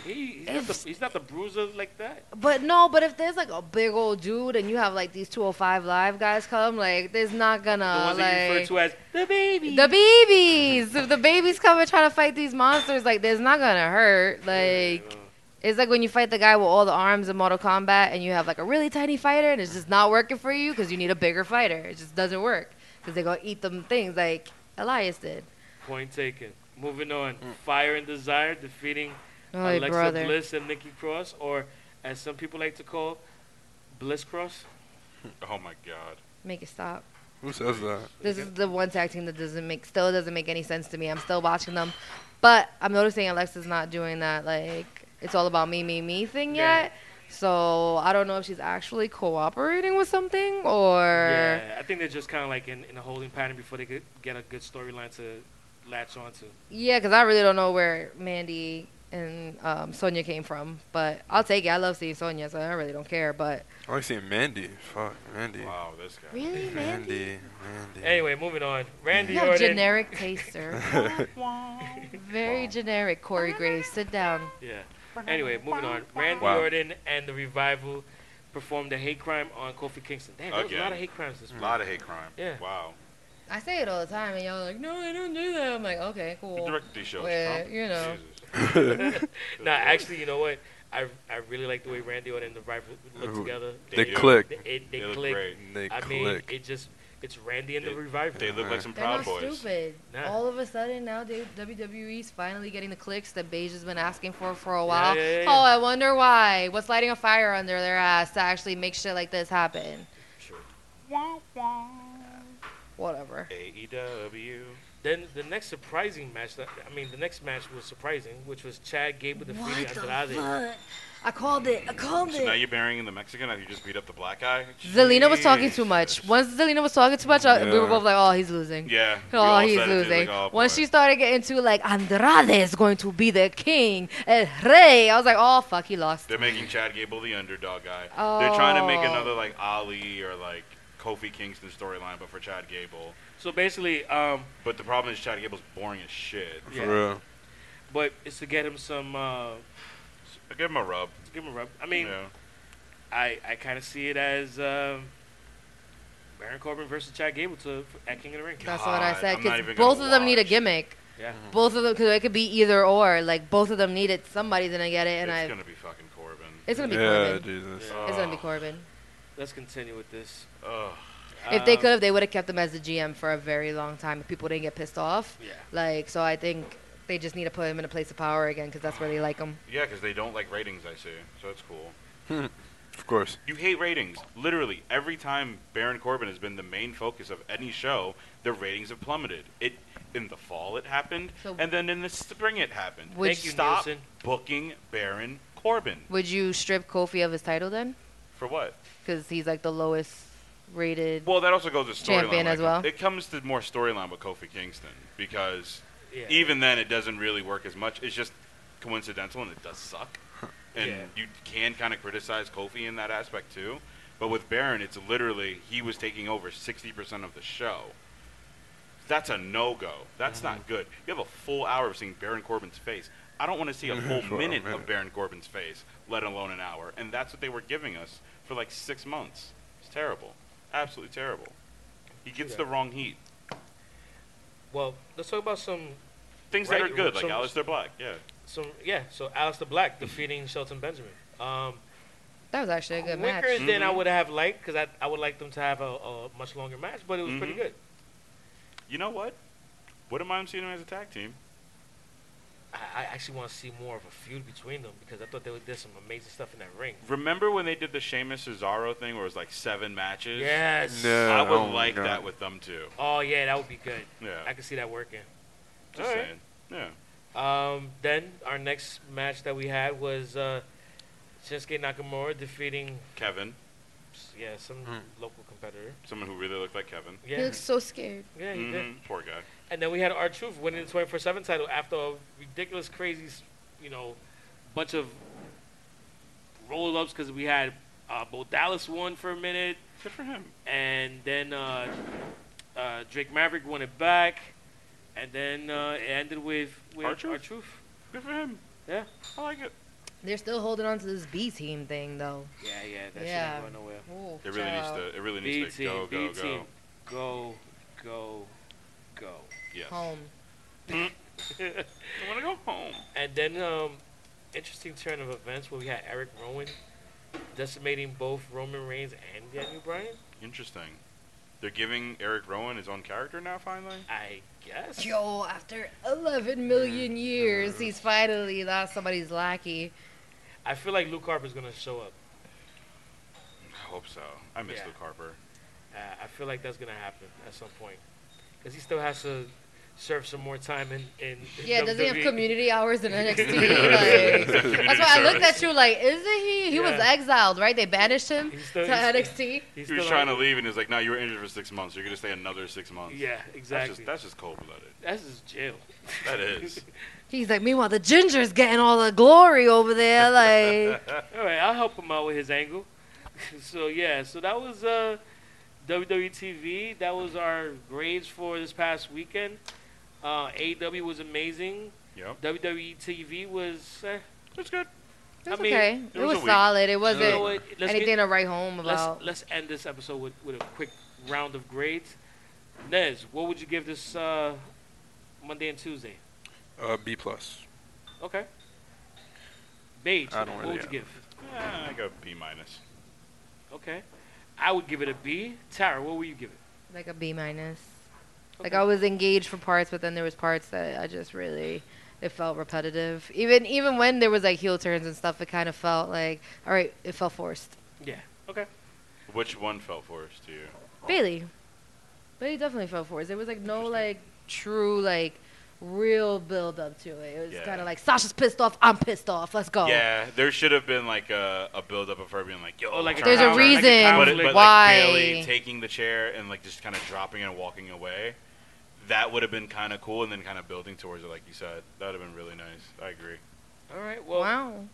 Speaker 3: he, he's, not the,
Speaker 5: It's-
Speaker 3: he's not the bruiser like that.
Speaker 5: But no, but if there's like a big old dude and you have like these 205 live guys come, like there's not
Speaker 3: the
Speaker 5: gonna
Speaker 3: ones that you refer
Speaker 5: Uh, like
Speaker 3: to as the baby.
Speaker 5: the babies. if the babies come and try to fight these monsters, like there's not gonna hurt. Like it's like when you fight the guy with all the arms in Mortal Kombat and you have like a really tiny fighter and it's just not working for you because you need a bigger fighter. It just doesn't work because they're gonna eat them things like Elias did.
Speaker 3: Point taken. Moving on, Fire and Desire defeating
Speaker 5: Oh,
Speaker 3: Alexa
Speaker 5: brother.
Speaker 3: Bliss and Nikki Cross, or as some people like to call, Bliss Cross.
Speaker 2: Oh my god.
Speaker 5: Make it stop.
Speaker 4: Who says that?
Speaker 5: This is the one tag team that doesn't make still doesn't make any sense to me. I'm still watching them, but I'm noticing Alexa's not doing that like it's all about me, me, me thing
Speaker 3: Yeah.
Speaker 5: yet. So I don't know if she's actually cooperating with something or
Speaker 3: Yeah, I think they're just kind of like in, in a holding pattern before they could get a good storyline to latch onto.
Speaker 5: yeah, because I really don't know where Mandy and um, Sonya came from. But I'll take it. I love seeing Sonya, so I really don't care. But
Speaker 4: I like seeing Mandy. Fuck, Mandy.
Speaker 2: Wow, this guy.
Speaker 5: really, Mandy,
Speaker 4: Mandy. Mandy.
Speaker 3: Anyway, moving on, Randy
Speaker 5: you have
Speaker 3: Orton.
Speaker 5: generic taste, sir. Very generic, Corey Graves. Sit down.
Speaker 3: Yeah. Anyway, moving on, Randy
Speaker 4: Wow.
Speaker 3: Orton and the Revival performed a hate crime on Kofi Kingston. Damn, there was a
Speaker 2: Again.
Speaker 3: lot of hate crimes this week.
Speaker 2: A lot of hate crime.
Speaker 3: Yeah.
Speaker 2: Wow.
Speaker 5: I say it all the time, and y'all are like, no, I don't do that. I'm like, okay,
Speaker 2: Who
Speaker 5: cool.
Speaker 2: directed these shows?
Speaker 5: Well,
Speaker 2: Trump?
Speaker 5: you know.
Speaker 2: Jesus.
Speaker 3: No, actually, you know what? I, I really like the way Randy Orton and the Revival look
Speaker 4: Ooh.
Speaker 3: together.
Speaker 4: They
Speaker 2: do.
Speaker 4: click.
Speaker 3: They, it, they
Speaker 2: They look
Speaker 3: click.
Speaker 2: great.
Speaker 4: They
Speaker 3: I mean,
Speaker 4: click.
Speaker 3: it just it's Randy and the
Speaker 2: They-
Speaker 3: Revival.
Speaker 2: They look like some
Speaker 5: They're
Speaker 2: Proud
Speaker 5: not
Speaker 2: Boys.
Speaker 5: stupid.
Speaker 3: Nah.
Speaker 5: All of a sudden now, they, WWE's finally getting the clicks that Beige has been asking for for a while.
Speaker 3: yeah, yeah, yeah.
Speaker 5: Oh, I wonder why. What's lighting a fire under their ass to actually make shit like this happen? Whatever.
Speaker 2: E AEW.
Speaker 3: Then the next surprising match, that, I mean, the next match was surprising, which was Chad Gable defeating Andrade.
Speaker 5: I called it. I called
Speaker 2: So now
Speaker 5: it.
Speaker 2: you're burying in the Mexican after you just beat up the black guy?
Speaker 5: Zelina was talking too
Speaker 2: Jesus.
Speaker 5: much. Once Zelina was talking too much, I, we were
Speaker 4: Yeah.
Speaker 5: both like, oh, he's losing.
Speaker 2: Yeah. we
Speaker 5: Oh,
Speaker 2: all
Speaker 5: he's
Speaker 2: said it, dude,
Speaker 5: losing.
Speaker 2: like, oh,
Speaker 5: Once
Speaker 2: boy.
Speaker 5: she started getting to like Andrade is going to be the king, el rey, I was like, oh fuck, he lost.
Speaker 2: They're making Chad Gable the underdog guy. They're trying to make
Speaker 5: Oh.
Speaker 2: another like Ali or like Kofi Kingston storyline, but for Chad Gable.
Speaker 3: So basically, um,
Speaker 2: But the problem is Chad Gable's boring as shit.
Speaker 4: For
Speaker 3: yeah,
Speaker 4: real.
Speaker 3: but it's to get him some, uh,
Speaker 2: So give him a rub.
Speaker 3: to give him a rub. I mean,
Speaker 2: yeah.
Speaker 3: I, I kind of see it as um, Baron Corbin versus Chad Gable to at King of the Ring.
Speaker 5: That's what I
Speaker 2: God,
Speaker 5: said.
Speaker 2: I'm not
Speaker 5: Because
Speaker 2: even gonna
Speaker 5: both of them need a
Speaker 2: watch.
Speaker 5: gimmick.
Speaker 3: Yeah.
Speaker 5: Both of them, because it could be either or. Like both of them need it. Somebody's gonna get it, and
Speaker 2: it's
Speaker 5: I.
Speaker 2: gonna be fucking Corbin.
Speaker 5: It's gonna be
Speaker 4: Yeah,
Speaker 5: Corbin.
Speaker 4: Jesus.
Speaker 5: It's gonna be Corbin.
Speaker 3: Let's continue with this. Ugh.
Speaker 2: Uh,
Speaker 5: If they
Speaker 3: Um,
Speaker 5: could have, they would have kept him as the GM for a very long time. If people didn't get pissed off,
Speaker 3: Yeah.
Speaker 5: like so, I think they just need to put him in a place of power again because that's where they like him.
Speaker 2: Yeah, because they don't like ratings, I see. So it's cool.
Speaker 4: Of course.
Speaker 2: You hate ratings. Literally, every time Baron Corbin has been the main focus of any show, the ratings have plummeted. It in the fall it happened,
Speaker 5: So-
Speaker 2: and then in the spring it happened.
Speaker 5: Would
Speaker 3: Thank you,
Speaker 2: Stop
Speaker 3: Nielsen.
Speaker 2: booking Baron Corbin
Speaker 5: Would you strip Kofi of his title then?
Speaker 2: for what?
Speaker 5: Because he's like the lowest rated.
Speaker 2: Well, that also goes to storyline.
Speaker 5: Champion as
Speaker 2: like,
Speaker 5: well.
Speaker 2: It comes to more storyline with Kofi Kingston because
Speaker 3: Yeah.
Speaker 2: even then it doesn't really work as much. It's just coincidental and it does suck. And
Speaker 3: Yeah.
Speaker 2: you can kind of criticize Kofi in that aspect too. But with Baron, it's literally he was taking over 60% of the show. That's a no go. That's not
Speaker 3: Mm-hmm.
Speaker 2: good. You have a full hour of seeing Baron Corbin's face. I don't want to see a full
Speaker 4: For a
Speaker 2: minute,
Speaker 4: minute.
Speaker 2: of Baron Corbin's face, let alone an hour. And that's what they were giving us for like six months. It's terrible. Absolutely terrible. He gets
Speaker 3: Yeah.
Speaker 2: the wrong heat.
Speaker 3: Well, let's talk about some
Speaker 2: Things that
Speaker 3: Right,
Speaker 2: are good, like
Speaker 3: so-
Speaker 2: Aleister Black. Yeah.
Speaker 3: some yeah. So Alistair Black defeating Shelton Benjamin. Um,
Speaker 5: that was actually a good match.
Speaker 3: quicker than
Speaker 2: Mm-hmm.
Speaker 3: I would have liked because I, I would like them to have a, a much longer match, but it was pretty
Speaker 2: Mhm.
Speaker 3: good.
Speaker 2: You know what? Wouldn't mind seeing him as a tag team.
Speaker 3: I, I actually want to see more of a feud between them because I thought they did some amazing stuff in that ring.
Speaker 2: Remember when they did the Sheamus Cesaro thing where it was like seven matches?
Speaker 3: Yes.
Speaker 4: No.
Speaker 2: I would
Speaker 4: Oh my
Speaker 2: like
Speaker 4: God.
Speaker 2: that with them too.
Speaker 3: Oh yeah, that would be good. I
Speaker 2: Yeah.
Speaker 3: could see that working.
Speaker 2: Just
Speaker 3: all right.
Speaker 2: saying. Yeah.
Speaker 3: Um, then our next match that we had was uh, Shinsuke Nakamura defeating
Speaker 2: Kevin.
Speaker 3: yeah some local competitor.
Speaker 2: Someone who really looked like Kevin.
Speaker 5: He
Speaker 3: Yeah,
Speaker 5: looks so scared.
Speaker 3: yeah, he did.
Speaker 2: Mhm. Poor guy.
Speaker 3: And then we had our truth winning the 24 7 title after a ridiculous, crazy, s- you know, bunch of roll ups because we had uh, Bo Dallas won for a minute,
Speaker 2: Good for him.
Speaker 3: and then uh, uh, Drake Maverick won it back, and then uh, it ended with, with
Speaker 2: R-Truth?
Speaker 3: our truth.
Speaker 2: Good for him.
Speaker 3: Yeah.
Speaker 2: I like it.
Speaker 5: They're still holding on to this B team thing though.
Speaker 3: Yeah, yeah, that shit
Speaker 5: Yeah.
Speaker 3: ain't going nowhere.
Speaker 5: Oh,
Speaker 2: It really needs
Speaker 5: child.
Speaker 2: to. It really
Speaker 3: B
Speaker 2: needs to
Speaker 3: team,
Speaker 2: go,
Speaker 3: B
Speaker 2: go,
Speaker 3: team.
Speaker 2: go.
Speaker 3: Go, go, go.
Speaker 2: Yes.
Speaker 5: home.
Speaker 2: I want to go home.
Speaker 3: And then, um, interesting turn of events where we had Eric Rowan decimating both Roman Reigns and Daniel Bryan.
Speaker 2: Interesting. They're giving Eric Rowan his own character now. Finally.
Speaker 3: I guess.
Speaker 5: Yo, after 11 million years, he's finally not somebody's lackey.
Speaker 3: I feel like Luke Harper's gonna show up.
Speaker 2: I hope so. I miss
Speaker 3: Yeah.
Speaker 2: Luke Harper.
Speaker 3: Uh, I feel like that's gonna happen at some point, cause he still has to serve some more time in. in, in E.
Speaker 5: Yeah, does he have
Speaker 3: WWE.
Speaker 5: community hours in NXT? Like, that's why I looked at you like, isn't he? He was
Speaker 3: Yeah.
Speaker 5: exiled, right? They banished him
Speaker 3: He's still-
Speaker 5: to
Speaker 3: he's-
Speaker 5: NXT.
Speaker 3: He's
Speaker 2: He was
Speaker 3: still
Speaker 2: trying
Speaker 3: on-
Speaker 2: to leave and he was like, "No, you were injured for six months. You're gonna stay another six months."
Speaker 3: Yeah,
Speaker 2: That's
Speaker 3: exactly.
Speaker 2: just that's just cold blooded.
Speaker 3: That's his jail.
Speaker 2: That is.
Speaker 5: He's like, meanwhile, the ginger's getting all the glory over there. Like,
Speaker 3: All right, I'll help him out with his angle. so yeah, so that was uh, WWE TV. That was our grades for this past weekend. Uh, AW was amazing.
Speaker 2: yep.
Speaker 3: WWE TV was. Eh,
Speaker 2: That's good.
Speaker 5: it was
Speaker 3: I mean,
Speaker 5: okay.
Speaker 2: it
Speaker 5: It,
Speaker 2: was
Speaker 5: was,
Speaker 2: a week.
Speaker 5: solid. It
Speaker 3: you know
Speaker 5: wasn't
Speaker 3: what? Let's get-
Speaker 5: anything to write home about.
Speaker 3: Let's, let's end this episode with, with a quick round of grades. Nez, what would you give this uh, Monday and Tuesday?
Speaker 4: Uh, B plus.
Speaker 3: Okay. Beige,
Speaker 4: I don't
Speaker 3: what
Speaker 4: really
Speaker 3: would you
Speaker 4: have-
Speaker 3: give?
Speaker 2: Yeah, I go B minus.
Speaker 3: Okay. I would give it a B. Tara, what would you give it?
Speaker 5: like a B minus. Like
Speaker 3: Okay.
Speaker 5: I was engaged for parts, but then there was parts that I just really it felt repetitive. Even even when there was like heel turns and stuff, it kind of felt like all right, it felt forced.
Speaker 3: Yeah. Okay.
Speaker 2: Which one felt forced to you?
Speaker 5: Bailey, Bailey definitely felt forced. There was like no like true like real build up to it. It was
Speaker 2: Yeah.
Speaker 5: kind of like Sasha's pissed off, I'm pissed off. Let's go.
Speaker 2: Yeah, there should have been like a, a build up of her being like, yo,
Speaker 3: Or Oh, like a
Speaker 2: turn
Speaker 5: There's
Speaker 2: around.
Speaker 5: a
Speaker 3: conflict- like
Speaker 5: reason
Speaker 2: But,
Speaker 3: conflict.
Speaker 2: it- but
Speaker 5: why.
Speaker 2: like Bailey taking the chair and like just kind of dropping it and walking away, that would have been kind of cool, and then kind of building towards it, like you said, that would have been really nice. I agree.
Speaker 3: All right. Well,
Speaker 5: Wow.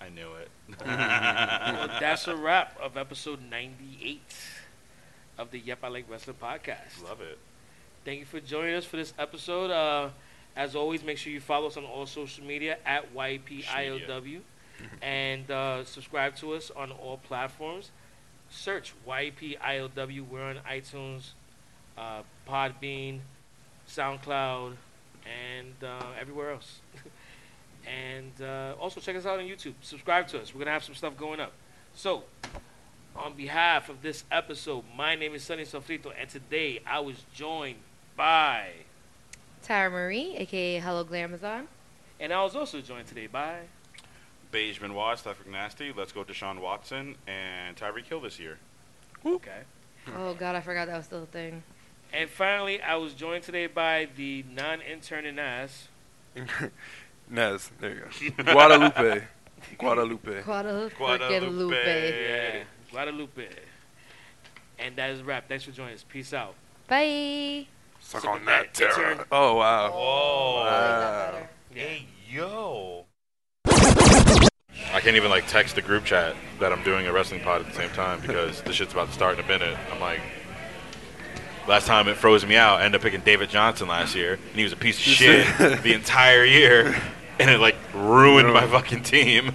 Speaker 2: I knew it.
Speaker 3: well, uh, that's a wrap of episode 98 of the Yep I Like Wrestling podcast.
Speaker 2: Love it.
Speaker 3: Thank you for joining us for this episode. Uh, as always, make sure you follow us on all social media at YPILW and uh, subscribe to us on all platforms. Search YPILW. We're on iTunes, uh, Podbean, SoundCloud, and uh, everywhere else. And uh, also check us out on YouTube. Subscribe to us. We're gonna have some stuff going up. So, on behalf of this episode, my name is Sunny Sofrito, and today I was joined by,
Speaker 5: Tara Marie, aka Hello Glamazon.
Speaker 3: and I was also joined today by.
Speaker 2: Beige Benoit, Stafford Nasty, let's go Deshaun Watson, and Tyreek Hill this year.
Speaker 3: Okay.
Speaker 2: Hmm.
Speaker 5: Oh God, I forgot that was still a thing.
Speaker 3: And finally, I was joined today by the non-intern in us.
Speaker 4: Nez, there you go. Guadalupe. Guadalupe.
Speaker 2: Guadalupe.
Speaker 5: Guadalupe.
Speaker 3: Yeah,
Speaker 2: Yeah.
Speaker 3: Guadalupe. And that is a wrap. Thanks for joining us. Peace out.
Speaker 5: Bye.
Speaker 4: Suck
Speaker 3: on that, Tara.
Speaker 4: Oh, wow.
Speaker 2: Whoa.
Speaker 4: Wow.
Speaker 3: Yeah.
Speaker 2: yo. I can't even like text the group chat that I'm doing a wrestling pod at the same time because this shit's about to start in a minute. I'm like, last time it froze me out. I ended up picking David Johnson last year, and he was a piece of shit the entire year, and it like ruined my fucking team.